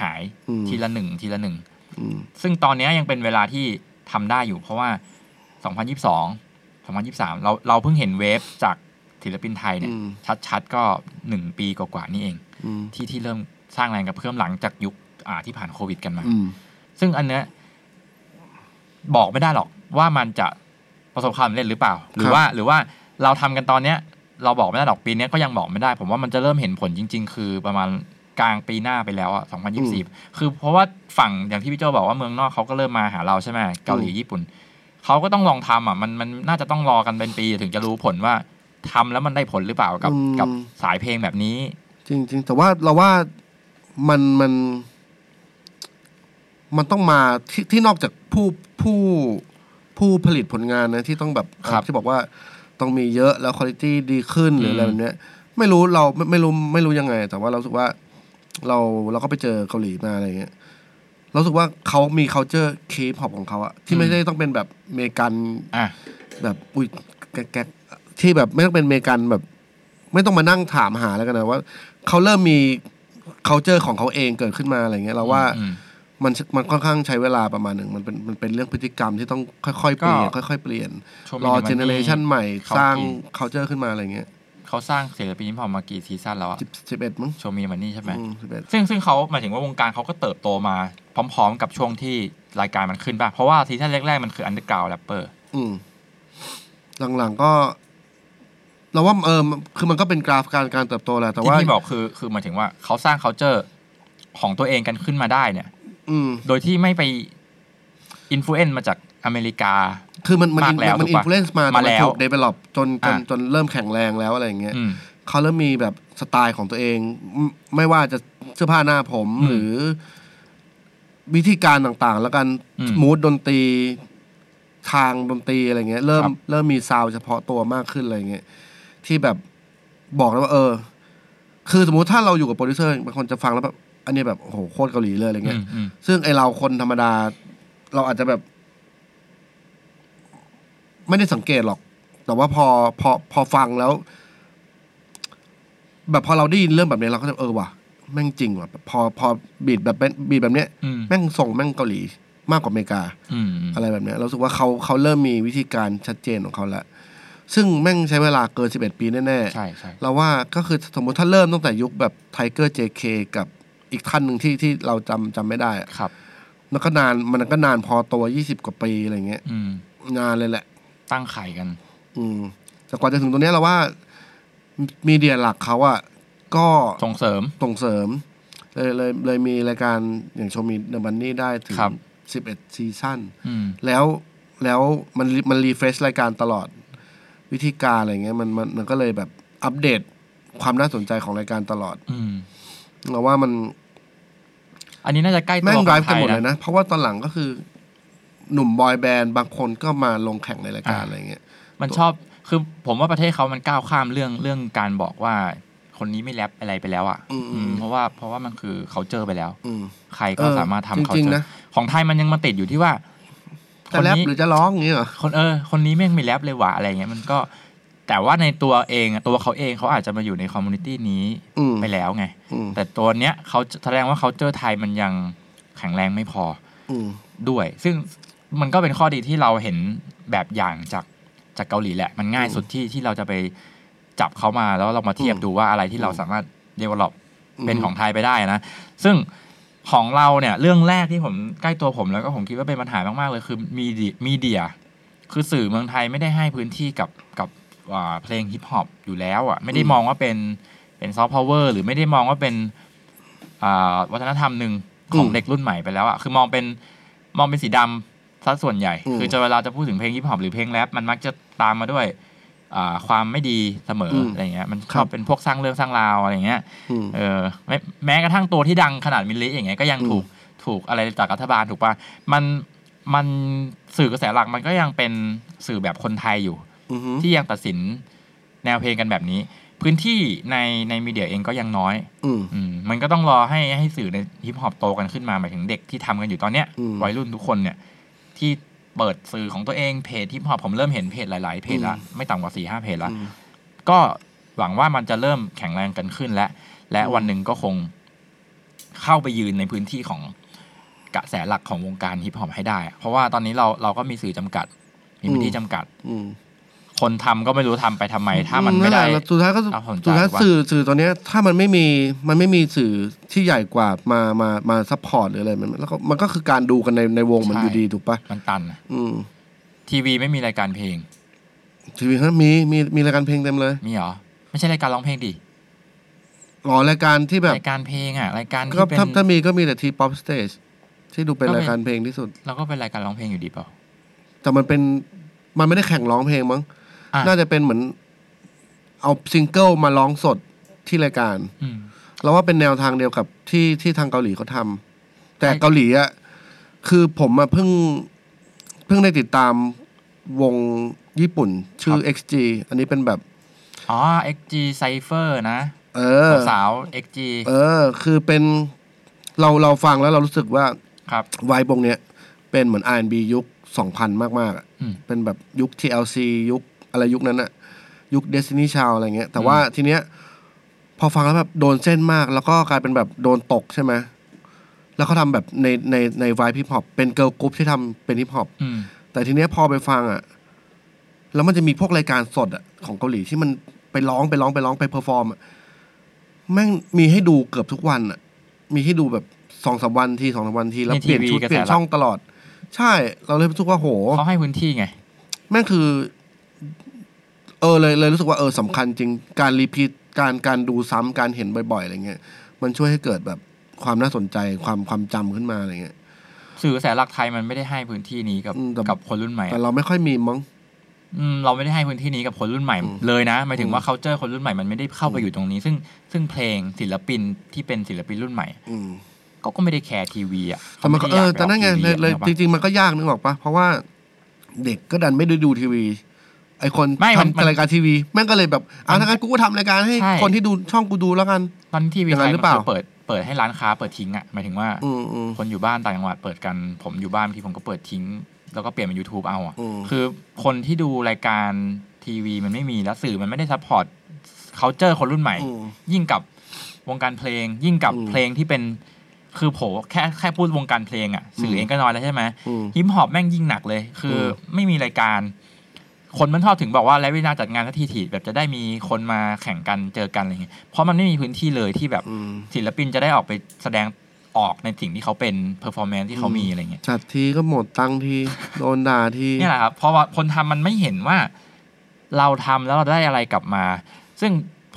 S3: หาย
S4: อืม
S3: ทีละหนึ่งทีละหนึ่ง
S4: อืม
S3: ซึ่งตอนเนี้ยยังเป็นเวลาที่ทำได้อยู่เพราะว่า 2022 2023 เราเราเพิ่งเห็นเวฟจากศิลปินไทยเนี่ย
S4: อืม
S3: ชัดๆ ก็ 1 ปีกว่าๆนี่เอง
S4: อืม
S3: ที่ที่เริ่มสร้างแรงกระเพื่อมหลังจากยุคอ่าที่ผ่านโควิดกันมา
S4: อืม
S3: ซึ่งอันเนี้ยบอกไม่ได้หรอกว่ามันจะประสบความสำเร็จหรือเปล่า หรือว่าหรือว่าเราทำกันตอนเนี้ย เราบอกไม่ได้หรอกปีเนี้ยก็ยังบอกไม่ได้ ผมว่ามันจะเริ่มเห็นผลจริง ๆ คือประมาณกลางปีหน้าไปแล้วอ่ะ2024 คือเพราะว่าฝั่งอย่างที่พี่โจบอกว่าเมืองนอกเขาก็เริ่มมาหาเราใช่ไหมเกาหลีญี่ปุ่นเขาก็ต้องลองทำอ่ะมันมันน่าจะต้องรอกันเป็นปีถึงจะรู้ผลว่าทำแล้วมันได้ผลหรือเปล่ากับ
S4: อืม
S3: กับสายเพลงแบบนี้
S4: จริงจริงแต่ว่าเราว่ามันมัน มันต้องมาที่ที่นอกจากผู้ผู้ผู้ผลิตผลงานนะ ที่ต้องแบบ
S3: ครับ
S4: ที่บอกว่าต้องมีเยอะแล้วคุณภาพดีขึ้นหรืออะไร
S3: อืม
S4: แบบเนี้ย ไม่รู้เราไม่ไม่รู้ไม่รู้ยังไง แต่ว่าเรารู้สึกว่า เราเราก็ไปเจอเกาหลีมาอะไรเงี้ยเรารู้สึกว่าเขามี culture K-pop ของเขาอะที่ไม่ได้ต้องเป็นแบบอเมริกัน
S3: อ่ะ
S4: แบบอุ้ยแก๊กๆที่แบบไม่ต้องเป็นอเมริกันแบบ ไม่ต้องมานั่งถามหาแล้วกันนะว่าเขาเริ่มมี c u เจอร์ของเขาเองเกิดขึ้นมาอะไรเงี้ยเราว่า
S3: อืม
S4: มันมันค่อนข้างใช้เวลาประมาณหนึ่งมันเป็นมันเป็นเรื่องพฤติกรรมที่ต้องค่อยๆเปลี่ยนค่อยๆเปลี่ยน
S3: ช่วง
S4: รอ
S3: นี้มั
S4: เจเนอเรชันใหม่
S3: เขา
S4: สร้าง
S3: กิน
S4: c u เจอร์ขึ้นมาอะไรเงี้ย
S3: เขาสร้างศิลปินฮิปฮอปมากี่ซีซั่นแล้วอะ
S4: สิบสิบเอ็ดมั้ง
S3: โชมีมันนี่ใช่ไหม
S4: สิบเอ็ด
S3: ซึ่งซึ่งเขาหมายถึงว่าวงการเขาก็เติบโตมาพร้อมๆ กับช่วงที่รายการมันขึ้นป่ะ เพราะว่าซีซั่นแรกๆ มันคืออันเดอร์กราวแรปเปอร์
S4: อืมหลังๆก็ เราว่าเออมันคือมันก็เป็นกราฟการการเติบโตแหละแต่
S3: ที่
S4: ว่า
S3: พี่บอกคือคือหมายถึงว่าเขาสร้าง c u เจอร์ของตัวเองกันขึ้นมาได้เนี่ย
S4: อืม
S3: โดยที่ไม่ไปอิ f ฟ u เอนซ์มาจากอเมริกา
S4: คือมันมัน
S3: มากแล้ว
S4: มัน
S3: ถู
S4: อิ
S3: ก
S4: ม
S3: ปะ
S4: พลูเอนซ์มาแต่
S3: มาแล้
S4: มัน
S3: ว
S4: ถูกเดเวล็อปจนจน
S3: อ่ะ
S4: จนเริ่มแข็งแรงแล้วอะไรอย่างเงี้ย
S3: อืม
S4: เขาเริ่มมีแบบสไตล์ของตัวเองไม่ไม่ว่าจะเสื้อผ้าหน้าผม
S3: อืม
S4: หรือ วิธีการต่างๆ แล้วกัน
S3: อืม
S4: มูดดนตรีทางดนตรีอะไรเงี้ย เริ่ม
S3: ครับ
S4: เริ่มมีซาวด์เฉพาะตัวมากขึ้นอะไรเงี้ยที่แบบบอกแล้วว่า เออ คือสมมุติถ้าเราอยู่กับโปรดิวเซอร์บางคนจะฟังแล้วแบบอันนี้แบบโอ้โหโคตรเกาหลีเลยอะไร
S3: อื
S4: เงี้ย
S3: มอืม
S4: ซึ่งไอเราคนธรรมดา เราอาจจะแบบ ไม่ได้สังเกตหรอก แต่ว่าพอพอพอฟังแล้ว แบบพอเราได้ยินเรื่องแบบนี้เราก็จะเออว่ะแม่งจริงว่ะพอพอบีดแบบเป็นบีดแบบเนี้ย
S3: อืม
S4: แม่งส่งแม่งเกาหลีมากกว่าอเมริกา
S3: อืมอืม
S4: อะไรแบบเนี้ยเรารู้สึกว่าเขาเขาเริ่มมีวิธีการชัดเจนของเขาแล้วซึ่งแม่งใช้เวลาเกินสิบเอ็ดปีแน่ๆ
S3: ใช่ใช่
S4: เราว่าก็คือสมมติถ้าเริ่มตั้งแต่ยุคแบบไทเกอร์เจเคกับอีกท่านหนึ่งที่ที่เราจำจำไม่ได้อะ
S3: ครับ
S4: มันก็นานมันก็นานพอตัวยี่สิบกว่าปีอะไรเงี้ย
S3: อืม
S4: นานเลยแหละ
S3: ตั้งไข่กัน
S4: อืมแต่กว่าจะถึงตรงเนี้ยเราว่ามีเดียหลักเขาอะก็
S3: ส่งเสริม
S4: ส่งเสริม เลยเลยเลยมีรายการอย่างโชมีเดอะมันนี่ได้ถึง
S3: ครับ
S4: สิบเอ็ดซีซั่น
S3: อืม
S4: แล้วแล้วมันมันรีเฟรชรายการตลอดวิธีการอะไรเงี้ยมันมันมันก็เลยแบบอัปเดตความน่าสนใจของรายการตลอด
S3: อืม
S4: เราว่ามัน
S3: อันนี้น่าจะใกล้ตัว
S4: แม่ง
S3: ค
S4: ร้าย
S3: นไท
S4: กัน
S3: ย
S4: หมดเลย
S3: นะ
S4: นะ เพราะว่าตอนหลังก็คือ หนุ่มบอยแบนด์บางคนก็มาลงแข่งในรายการ
S3: อ่า
S4: อะไรเงี้ย
S3: มันชอบ คือผมว่าประเทศเขามันก้าวข้ามเรื่องเรื่องการบอกว่า คนนี้ไม่แรปอะไรไปแล้วอ่ะ
S4: อืมอืม
S3: อืมเพราะว่าเพราะว่ามันคือเขาเจอไปแล้ว
S4: อืม
S3: ใครก็
S4: เออ
S3: สามารถทำเขา
S4: จริง
S3: เจ
S4: ๆ
S3: อ
S4: นะ
S3: ของไทยมันยังมาติดอยู่ที่ว่า ค
S4: จะ
S3: น
S4: แรป
S3: นี้
S4: หรือจะร้องอย่างเงี้ยเหรอ
S3: คนเออ คนนี้แม่งไม่แรปเลยว่ะอะไรเงี้ยมันก็ แต่ว่าในตัวเองอะตัวเขาเองเขาอาจจะมาอยู่ในคอมมูนิตี้นี้
S4: อืม
S3: ไปแล้วไง
S4: อืม
S3: แต่ตัวเนี้ยเขาแสดงว่าเขาเจอไทยมันยังแข็งแรงไม่พอ
S4: อืม
S3: ด้วย ซึ่งมันก็เป็นข้อดีที่เราเห็นแบบอย่างจากจากเกาหลีแหละ มันง่ายสุดที่ที่เราจะไปจับเขามาแล้วเรามาเทียบ
S4: อืม
S3: ดูว่าอะไรที่เราสามารถเดเวล็อป
S4: อืม
S3: เป็นของไทยไปได้นะ ซึ่งของเราเนี่ย เรื่องแรกที่ผมใกล้ตัวผมแล้วก็ผมคิดว่าเป็นปัญหามาก ๆ เลยคือมีเดียมีเดีย คือสื่อเมืองไทยไม่ได้ให้พื้นที่กับกับอ่าเพลงฮิปฮอปอยู่แล้วอ่ะไม่ได้มองว่าเป็นเป็นซอฟต์พาวเวอร์หรือไม่ได้มองว่าเป็นอ่าวัฒนธรรมหนึ่ง ของ
S4: อืม
S3: เด็กรุ่นใหม่ไปแล้วอะคือมองเป็นมองเป็นสีดำซะส่วนใหญ่
S4: อืม
S3: คือจะเวลาจะพูดถึงเพลงฮิปฮอปหรือเพลงแรปมันมักจะตามมาด้วยอ่าความไม่ดีเสมอ
S4: ม
S3: อะไรเงี้ยมันช
S4: ครั
S3: อบบ เป็นพวกสร้างเรื่องสร้างราวอะไรเงี้ย
S4: อืม
S3: เออแม้แม้กระทั่งตัวที่ดังขนาดมิลลิอย่างเงี้ยก็ยัง
S4: อืม
S3: ถูกถูกอะไรจากรัฐบาลถูกปะมันมันสื่อกระแสหลักมันก็ยังเป็นสื่อแบบคนไทยอยู่
S4: อือฮึ
S3: ที่ยังตัดสินแนวเพลงกันแบบนี้ พื้นที่ในในมีเดียเองก็ยังน้อย
S4: อืม
S3: อืมมันก็ต้องรอให้ให้สื่อในฮิปฮอปโตกันขึ้นมาหมายถึงเด็กที่ทำกันอยู่ตอนเนี้ย
S4: อืม
S3: วัยรุ่นทุกคนเนี่ยที่เปิดสื่อของตัวเองเพจฮิปฮอปผมเริ่มเห็นเพจหลาย ๆ เพจละไม่ต่ำกว่าสี่ห้าเพจละ
S4: อืม
S3: ก็หวังว่ามันจะเริ่มแข็งแรงกันขึ้นและ และวันหนึ่งก็คงเข้าไปยืนในพื้นที่ของกระแสหลักของวงการฮิปฮอปให้ได้อะเพราะว่าตอนนี้เราเราก็มีสื่อจำกัด มีพื้นที่
S4: อืม
S3: จำกัด
S4: อืม
S3: คนทำก็ไม่รู้ทำไปทำไม ถ้ามันไม่ได้
S4: แหละสุดท้ายก็
S3: เอาผลจาก
S4: สุดท้าย
S3: ถูกปะ
S4: สื่อสื่อตอนเนี้ยถ้ามันไม่มีมันไม่มีสื่อที่ใหญ่กว่ามามามาซัพพอร์ตหรืออะไรมันแล้วก็มันก็คือการดูกันในในวงมันอยู่ดีถูกปะ
S3: มันตันอะ
S4: อืม
S3: ทีวีไม่มีรายการเพลง
S4: ทีวีเขามีมีมีรายการเพลงเต็มเลย
S3: มีเหรอ ไม่ใช่รายการร้องเพลงดิ
S4: หรอรายการที่แบบ
S3: รายการเพลงอ่ะรายการ
S4: ก็
S3: ที่เป็น
S4: ถ้าถ้ามีก็มีแต่ทีป๊อปสเตจที่ดูเป็น
S3: ก็เป็น
S4: รายการเพลงที่สุด
S3: เราก็เป็นรายการร้องเพลงอยู่ดีเปล่า
S4: แต่มันเป็นมันไม่ได้แข่งร้องเพลงมั้ง
S3: อ่ะ
S4: น่าจะเป็นเหมือนเอาซิงเกิลมาร้องสดที่รายการ
S3: อืม
S4: เราว่าเป็นแนวทางเดียวกับที่ที่ทางเกาหลีเขาทำแต่
S3: ใช่
S4: เกาหลีอะคือผมอะเพิ่งเพิ่งได้ติดตามวงญี่ปุ่น ชื่อ XG อันนี้เป็นแบบ
S3: อ๋อ XG Cipher นะ
S4: เออ
S3: สาว XG
S4: เออ คือเป็นเราเราฟังแล้วเรารู้สึกว่า
S3: ครับ
S4: ไวบงเนี้ยเป็นเหมือน R&B ยุค 2000 มากๆอะ
S3: อืม
S4: เป็นแบบยุค TLC ยุคอะไรยุคนั้นอะยุค Destiny Child อะไรเงี้ย แต่ว่าทีเนี้ย พอฟังแล้วแบบโดนเส้นมาก แล้วก็กลายเป็นแบบโดนตกใช่ไหมแล้วเขาทำแบบในในในไวพิปฮอปเป็นเกิร์ลกรุ๊ปที่ทำเป็นฮิปฮอป
S3: อืม
S4: แต่ทีเนี้ยพอไปฟังอ่ะ แล้วมันจะมีพวกรายการสดอ่ะของเกาหลีที่มันไปร้องไปร้องไปร้องไปเพอร์ฟอร์มอ่ะแม่งมีให้ดูเกือบทุกวันอ่ะ มีให้ดูแบบสองสามวันทีสองสามวันที แล้ว
S3: ใน
S4: เปลี่ยน
S3: TV
S4: ชุด
S3: กระแส
S4: เปลี่ยน
S3: หลัก
S4: ช่องตลอด ใช่ เราเลยรู้สึกว่าโห
S3: เขาให้พื้นที่ไง
S4: แม่งคือ เออเลยเลยรู้สึกว่าเออสำคัญจริงการรีพีทการการดูซ้ำการเห็นบ่อยๆอะไรเงี้ยมันช่วยให้เกิดแบบความน่าสนใจความความจำขึ้นมาอะไรเงี้ย
S3: สื่อกระแสหลักไทยมันไม่ได้ให้พื้นที่นี้กับ
S4: อืมแต่
S3: กับคนรุ่นใหม่
S4: แต่เราไม่ค่อยมีมั้ง
S3: อืมเราไม่ได้ให้พื้นที่นี้กับคนรุ่นใหม่
S4: อืม
S3: เลยนะหมายถึง
S4: อืม
S3: ว่า c u เจอร์คนรุ่นใหม่มันไม่ได้เข้าไปอยู่ตรงนี้ ซึ่งซึ่งเพลงศิลปินที่เป็นศิลปินรุ่นใหม่
S4: ืม
S3: ก็ก็ไม่ได้แคร์ทีวีอ่ะ
S4: แต่มันก็
S3: ขา
S4: เอ
S3: ด้ยา
S4: อแต่นั่นไง
S3: ปออกทีวี
S4: เลยเลย
S3: อะ
S4: จริง ๆ มันก็ยากนึกออกปะเพราะว่าเด็กก็ดันไม่ได้ดูทีวี ไอคน
S3: ไม่มันมัน
S4: ทำรายการทีวีแม่งก็เลยแบบอ่ะ
S3: มัน
S4: ถ้างั้นกูก็ทำรายการให้
S3: ใช่
S4: คนที่ดูช่องกูดูแล้วกัน
S3: ตอนทีวี
S4: อย่าง
S3: ไทย
S4: นั้นห
S3: มัน
S4: รือเปล่า
S3: คือเปิดเปิดให้ร้านค้าเปิดทิ้งอ่ะหมายถึงว่า
S4: อืมอืม
S3: คนอยู่บ้านต่างจังหวัดเปิดกัน ผมอยู่บ้านบางทีผมก็เปิดทิ้ง แล้วก็เปลี่ยนเป็น YouTube เอาอะ
S4: อืม
S3: คือคนที่ดูรายการทีวีมันไม่มีแล้วสื่อมันไม่ได้ซัพพอร์ต c u เจอร์คนรุ่นใหม่
S4: อืม
S3: ยิ่งกับวงการเพลง ยิ่งกับ
S4: อืม
S3: เพลงที่เป็นคือโผแค่แค่พูดวงการเพลงอะ่ะสื่อ
S4: ม
S3: เองก็น้อยแล้วใช่ไหม
S4: อืม
S3: ฮิปฮอปแม่งยิ่งหนักเลย คืออ
S4: ม
S3: ไม่มีรายการ คนมันชอบถึงบอกว่าแล้วเวลาจัดงานสักทีถีแบบจะได้มีคนมาแข่งกันเจอกันอะไรอย่างเงี้ยเพราะมันไม่มีพื้นที่เลยที่แบบ
S4: อืม
S3: ศิลปินจะได้ออกไปแสดงออกในสิ่งที่เขาเป็นเพอร์ฟอร์แมนที่เขามีอะไรอย่างเงี้ย
S4: จัดทีก็หมดตังค์ที โดนด่าที
S3: เนี่ยแหละครับเพราะว่าคนทำมันไม่เห็นว่าเราทำแล้วเราได้อะไรกลับมา ซึ่ง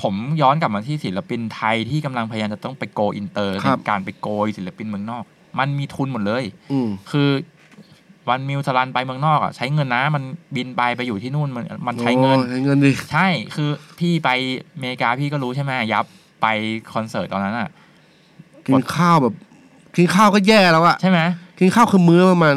S3: ผมย้อนกลับมาที่ศิลปินไทยที่กำลังพยายามจะต้องไปโกอินเตอร์การไปโกยศิลปินเมืองนอก มันมีทุนหมดเลย
S4: อืม
S3: คือวันมิวสลันไปเมืองนอกอ่ะใช้เงินนะ มันบินไปไปอยู่ที่นู่นมันมันใช้เงิน
S4: โอ้ยใช้เงินดิ
S3: ใช่ คือพี่ไปอเมริกาพี่ก็รู้ใช่ไหมยับไปคอนเสิร์ตตอนนั้นอ่ะ
S4: กินข้าวแบบ กินข้าวก็แย่แล้วอะ
S3: ใช่ไหม
S4: กินข้าวคือมื้อประมาณ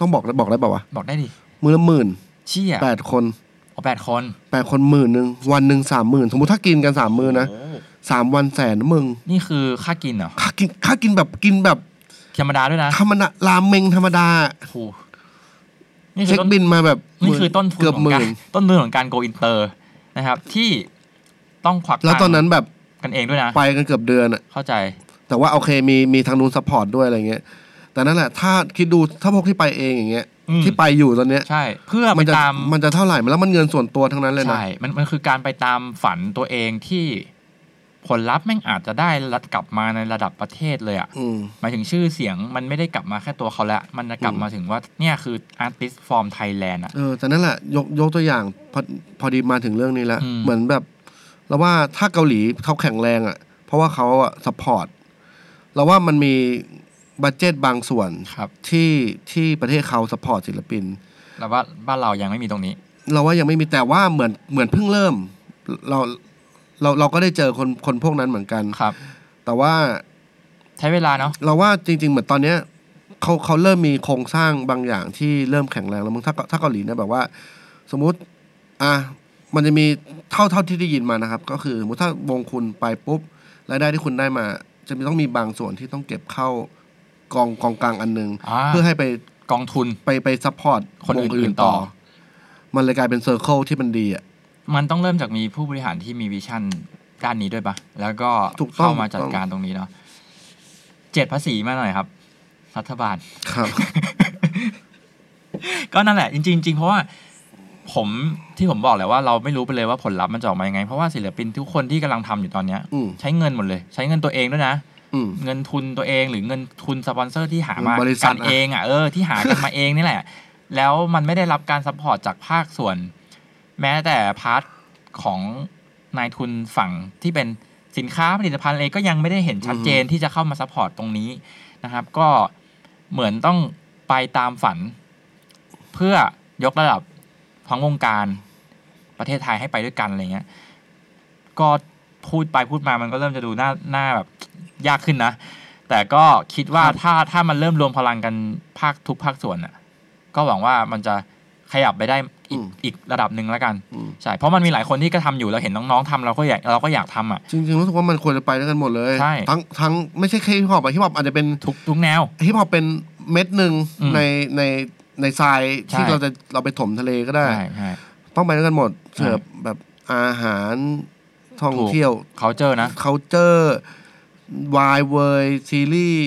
S4: ต้องบอกได้บอกได้เปล่าวะ
S3: บอกได้ดิ
S4: มื้อละหมื่น
S3: เชี่ย
S4: แปดคน
S3: เอาแปดคน
S4: แปดคนหมื่นหนึ่งวันหนึ่งสามหมื่นสมมติถ้ากินกันสามมื้อนะ
S3: โอ้
S4: สามวันแสนนะมึง
S3: นี่คือค่ากินเหรอ
S4: ค่ากินค่ากินแบบกินแบบ
S3: ธรรมดาด้วยนะ
S4: ธรรมดาราเมงธรรมดา
S3: โอ้โหนี่คื
S4: เช็
S3: อ
S4: ค
S3: ต้น
S4: บินมาแบบ
S3: นี่คือต้นทุน
S4: เกือบ
S3: ของ
S4: หมื่
S3: กาน รต้นทุนของการโกอินเตอร์นะครับ ที่ต้องควัก
S4: แล้วตอนนั้นแบบ
S3: กันเองด้วยนะ
S4: ไปกันเกือบเดือนอะ
S3: เข้าใจ
S4: แต่ว่าโอเคมีมีทางนู้นซัพพอร์ตด้วยอะไรเงี้ยแต่นั่นแหละถ้าคิดดูถ้าพวกที่ไปเองอย่างเงี้ย
S3: อืม
S4: ที่ไปอยู่ตอนเนี้ย
S3: ใช่ เพื่อไป
S4: มันจะ
S3: ตาม
S4: มันจะเท่าไหร่แล้วมันเงินส่วนตัวทั้งนั้นเลยนะ
S3: ใช่ มันมันคือการไปตามฝันตัวเองที่ผลลัพธ์แม่งอาจจะได้ระกลับมาในระดับประเทศเลยอะ่ะ
S4: อืม
S3: หมายถึงชื่อเสียงมันไม่ได้กลับมาแค่ตัวเขาละ มันจะกลับ
S4: อืม
S3: มาถึงว่าเนี่ยคือ artist from Thailand อ่ะ
S4: เออแต่นั่นแหละยกยกตัวอย่างพอพอดีมาถึงเรื่องนี้แล้ว
S3: อืม
S4: เหมือนแบบเราว่าถ้าเกาหลีเขาแข็งแรงอะ่ะ เพราะว่าเขาอะซัพพอร์ต เราว่ามันมีบัตเจตบางส่วน
S3: ครับ
S4: ที่ที่ประเทศเขาสปอร์ตศิลปิน
S3: แล้วว่าบ้านเรายังไม่มีตรงนี้
S4: เราว่ายังไม่มีแต่ว่าเหมือนเหมือนเพิ่งเริ่ม เราเราเราก็ได้เจอคนคนพวกนั้นเหมือนกัน
S3: ครับ
S4: แต่ว่า
S3: ใช้เวลาเนาะ
S4: เราว่าจริง ๆ เหมือนตอนเนี้ยเขาเขาเริ่มมีโครงสร้างบางอย่างที่เริ่มแข็งแรงแล้วมึงถ้าถ้าเกาหลีเนี่ยแบบว่า สมมุติ อ่ะมันจะมีเท่าเท่าที่ได้ยินมานะครับ ก็คือสมมติถ้าวงคุณไปปุ๊บรายได้ที่คุณได้มา จะมีต้องมีบางส่วนที่ต้องเก็บเข้ากองกองกลางอันหนึง
S3: อ่า
S4: เพื่อให้ไป
S3: กองทุน
S4: ไปไปซัพพอร์ต
S3: คนอื่น
S4: วง
S3: ต่อ
S4: มันเลยกลายเป็นเซอร์เคิลที่มันดีอ่ะ
S3: มันต้องเริ่มจากมีผู้บริหารที่มีวิชั่นด้านนี้ด้วยปะแล้วก็
S4: ถูกต้อง
S3: เข้ามาจัดการตรงนี้เนาะเจ็ดภาษีมาหน่อยครับ รัฐบาล
S4: ครับ
S3: ก็นั่นแหละจริงๆจริงๆเพราะว่าผมที่ผมบอกแหละว่าเราไม่รู้ไปเลยว่าผลลัพธ์มันจะออกมายังไง เพราะว่าศิลปินทุกคนที่กำลังทำอยู่ตอนเนี้ย
S4: อืม
S3: ใช้เงินหมดเลย ใช้เงินตัวเองด้วยนะ
S4: อืม
S3: เงินทุนตัวเองหรือเงินทุนสปอนเซอร์ที่หามา
S4: เงินบริษัท
S3: กันเองอ่ะเออที่หากันมาเองนี่แหละ แล้วมันไม่ได้รับการซัพพอร์ตจากภาคส่วน แม้แต่พาร์ทของนายทุนฝั่งที่เป็นสินค้าผลิตภัณฑ์เองก็ยังไม่ได้เห็นชัดเจนที่จะเข้ามาซัพพอร์ตตรงนี้นะครับ ก็เหมือนต้องไปตามฝัน เพื่อยกระดับของวงการประเทศไทยให้ไปด้วยกันอะไรเงี้ย ก็พูดไปพูดมามันก็เริ่มจะดูหน้าหน้าแบบยากขึ้นนะ แต่ก็คิดว่า
S4: ครับ
S3: ถ้าถ้ามันเริ่มรวมพลังกันภาคทุกภาคส่วนน่ะ ก็หวังว่ามันจะขยับไปได้อีก
S4: อืม
S3: อีกระดับหนึ่งแล้วกัน
S4: อืม
S3: ใช่ เพราะมันมีหลายคนที่ก็ทำอยู่เราเห็นน้องๆทำเราก็อยากเราก็อยากทำอ่ะ
S4: จริงๆรู้สึกว่ามันควรจะไปด้วยกันหมดเลย
S3: ใช่
S4: ทั้งทั้งไม่ใช่แค่ฮิปฮอปอะฮิปฮอปอาจจะเป็น
S3: ทุกทุกแนว
S4: ฮิปฮอปเป็นเม็ดหนึ่ง
S3: อืม
S4: ในในในทราย
S3: ใช่
S4: ที่เราจะเราไปถมทะเลก็ได้
S3: ใช่ใช่
S4: ต้องไปด้วยกันหมด
S3: ใช่
S4: เสิร์ฟแบบอาหารท่อง
S3: ถูก
S4: เที่ยว
S3: เขาเจอนะ
S4: c u เจอร์วายเวยซีรีส์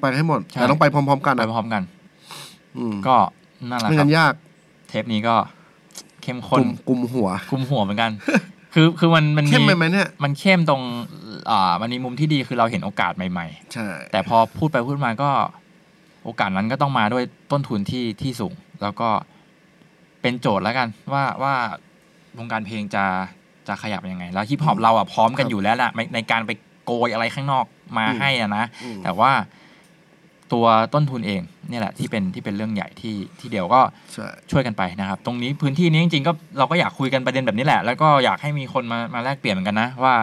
S4: ไปให้หมด
S3: ใช่
S4: แต่ต้องไปพร้อม ๆ กัน
S3: ไป
S4: นะ
S3: พร้อมกัน
S4: อืม
S3: ก็นั่นแหละ
S4: ไม่
S3: ครับ
S4: งั้นยาก
S3: เทปนี้ก็เข้ม
S4: ก
S3: ข้น
S4: ลุ่มกลุ่มหัว
S3: คุมหัวเหมือนกัน คือคือมันมัน
S4: เข้ม
S3: มี
S4: ไปไหมเนี่ย
S3: มันเข้มตรงอ่ามันมีมุมที่ดีคือเราเห็นโอกาสใหม่ ๆ
S4: ใช่
S3: แต่พอพูดไปพูดมาก็โอกาสนั้นก็ต้องมาด้วยต้นทุนที่ที่สูง แล้วก็เป็นโจทย์แล้วกัน ว่าว่าวงการเพลงจะจะขยับยังไง แล้วฮิปฮอปเราอ่ะพร้อมกัน
S4: ครับ
S3: อยู่แล้วล่ะในในการไปโกยอะไรข้างนอกมา
S4: อืม
S3: ให้อะนะ
S4: อืม
S3: แต่ว่าตัวต้นทุนเองเนี่ยแหละที่เป็นที่เป็นเรื่องใหญ่ที่ที่เดียวก็
S4: ใช่
S3: ช่วยกันไปนะครับ ตรงนี้พื้นที่นี้จริงๆก็เราก็อยากคุยกันประเด็นแบบนี้แหละ แล้วก็อยากให้มีคนมามาแลกเปลี่ยนเหมือนกันนะว่า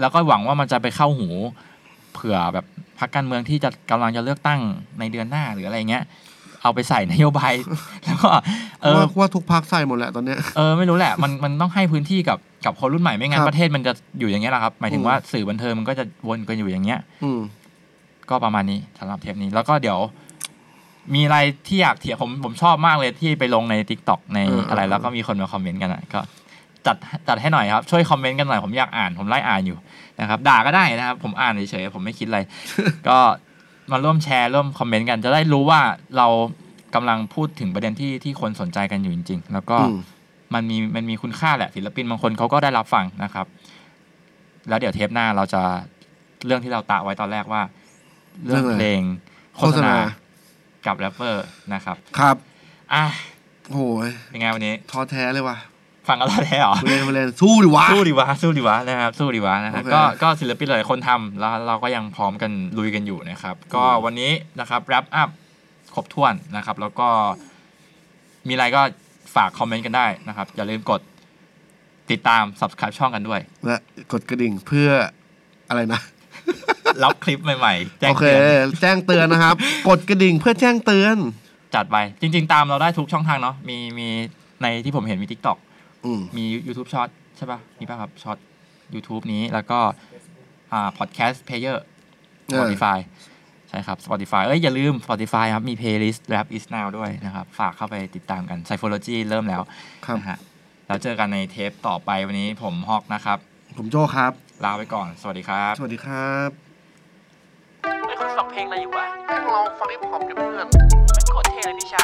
S3: แล้วก็หวังว่ามันจะไปเข้าหู เผื่อแบบพรรคการเมืองที่จะกำลังจะเลือกตั้งในเดือนหน้าหรืออะไรเงี้ย เอาไปใส่นโยบาย แล้วก็เออ
S4: ว่าว่าทุกพักใส่หมดแหละตอนเนี้ย
S3: เออไม่รู้แหละ มันมันต้องให้พื้นที่กับกับคนรุ่นใหม่ไม่งั้
S4: คนรับ
S3: ประเทศมันจะอยู่อย่างเงี้ยแหละครับหมายถึง
S4: อืม
S3: ว่าสื่อบันเทิงมันก็จะวนกันอยู่อย่างเงี้ย
S4: อืม
S3: ก็ประมาณนี้สำหรับเทปนี้แล้วก็เดี๋ยว มีอะไรที่อยากเถียงผมผมชอบมากเลยที่ไปลงใน t ิ k t o k ใน
S4: เออ
S3: อะไร
S4: เออ
S3: แล้วก็มีคนมาคอมเมนต์กันอ่ะก็จัดจัดให้หน่อยครับ ช่วยคอมเมนต์กันหน่อยผมอยากอ่านผมไล่อ่านอยู่นะครับ ด่าก็ได้นะครับ ผมอ่านเฉยๆผมไม่คิด อะไร ก็มาร่วมแชร์ร่วมคอมเมนต์กัน จะได้รู้ว่าเรากำลังพูดถึงประเด็นที่ที่คนสนใจกันอยู่จริง ๆ แล้วก็
S4: อืม
S3: มันมีมันมีคุณค่าแหละศิลปินบางคนเขาก็ได้รับฟังนะครับ แล้วเดี๋ยวเทปหน้าเราจะเรื่องที่เราตะไว้ตอนแรกว่า เรื่อง
S4: เรื่องอะไร
S3: เพลงโฆ
S4: โฆ
S3: ษ
S4: ษ
S3: ณา
S4: ณา
S3: กับแรปเปอร์นะครับ
S4: ครับ
S3: อ่ะ
S4: โอ้ย
S3: เป็นไงวันนี้
S4: ท้อแท้เลยว่ะ
S3: ฟังกันแล้วแท้เหรอ
S4: ไปเล่นไปเล่นสู้ดิวะ
S3: สู้ดีวะสู้ดีวะนะครับ สู้ดีวะนะครับ
S4: โอเค
S3: ก็ก็ศิลปินหลายๆคนทำแล้วเราก็ยังพร้อมกันลุยกันอยู่นะครับ ก็วันนี้นะครับแรปอัพครบถ้วนนะครับ แล้วก็มีอะไรก็ฝากคอมเมนต์กันได้นะครับ อย่าลืมกดติดตาม subscribe ช่องกันด้วย
S4: และกดกระดิ่งเพื่ออะไรนะ
S3: รับคลิปใหม่ๆ แจ้
S4: โอง เค
S3: เตือน
S4: แจ้งเตือนนะครับ กดกระดิ่งเพื่อแจ้งเตือน
S3: จัดไป จริง ๆ ตามเราได้ทุกช่องทางเนาะมีมีในที่ผมเห็นมี TikTok
S4: อืม
S3: มี YouTube Short ใช่ป่ะ มีป่ะครับช็อต YouTube นี้แล้วก็อ่า podcast player
S4: เออ
S3: Spotify ใช่ครับ Spotify เอ้ย อย่าลืม Spotify ครับ มี playlist rap is now ด้วยนะครับ ฝากเข้าไปติดตามกัน psychology เริ่มแล้ว
S4: ครับ
S3: นะฮะแล้วเจอกันในเทปต่อไปวันนี้ผมฮอกนะครับ
S4: ผมโจครับ
S3: ลาไปก่อน สวัสดีครับ
S4: สวัสดีครับ
S1: ไม่ค่อยฟังเพลงอะไรอยู่อะ
S4: ลองฟังให้ผมเพื่อน
S1: ไม่โคตรเท่เลยพี่ชาย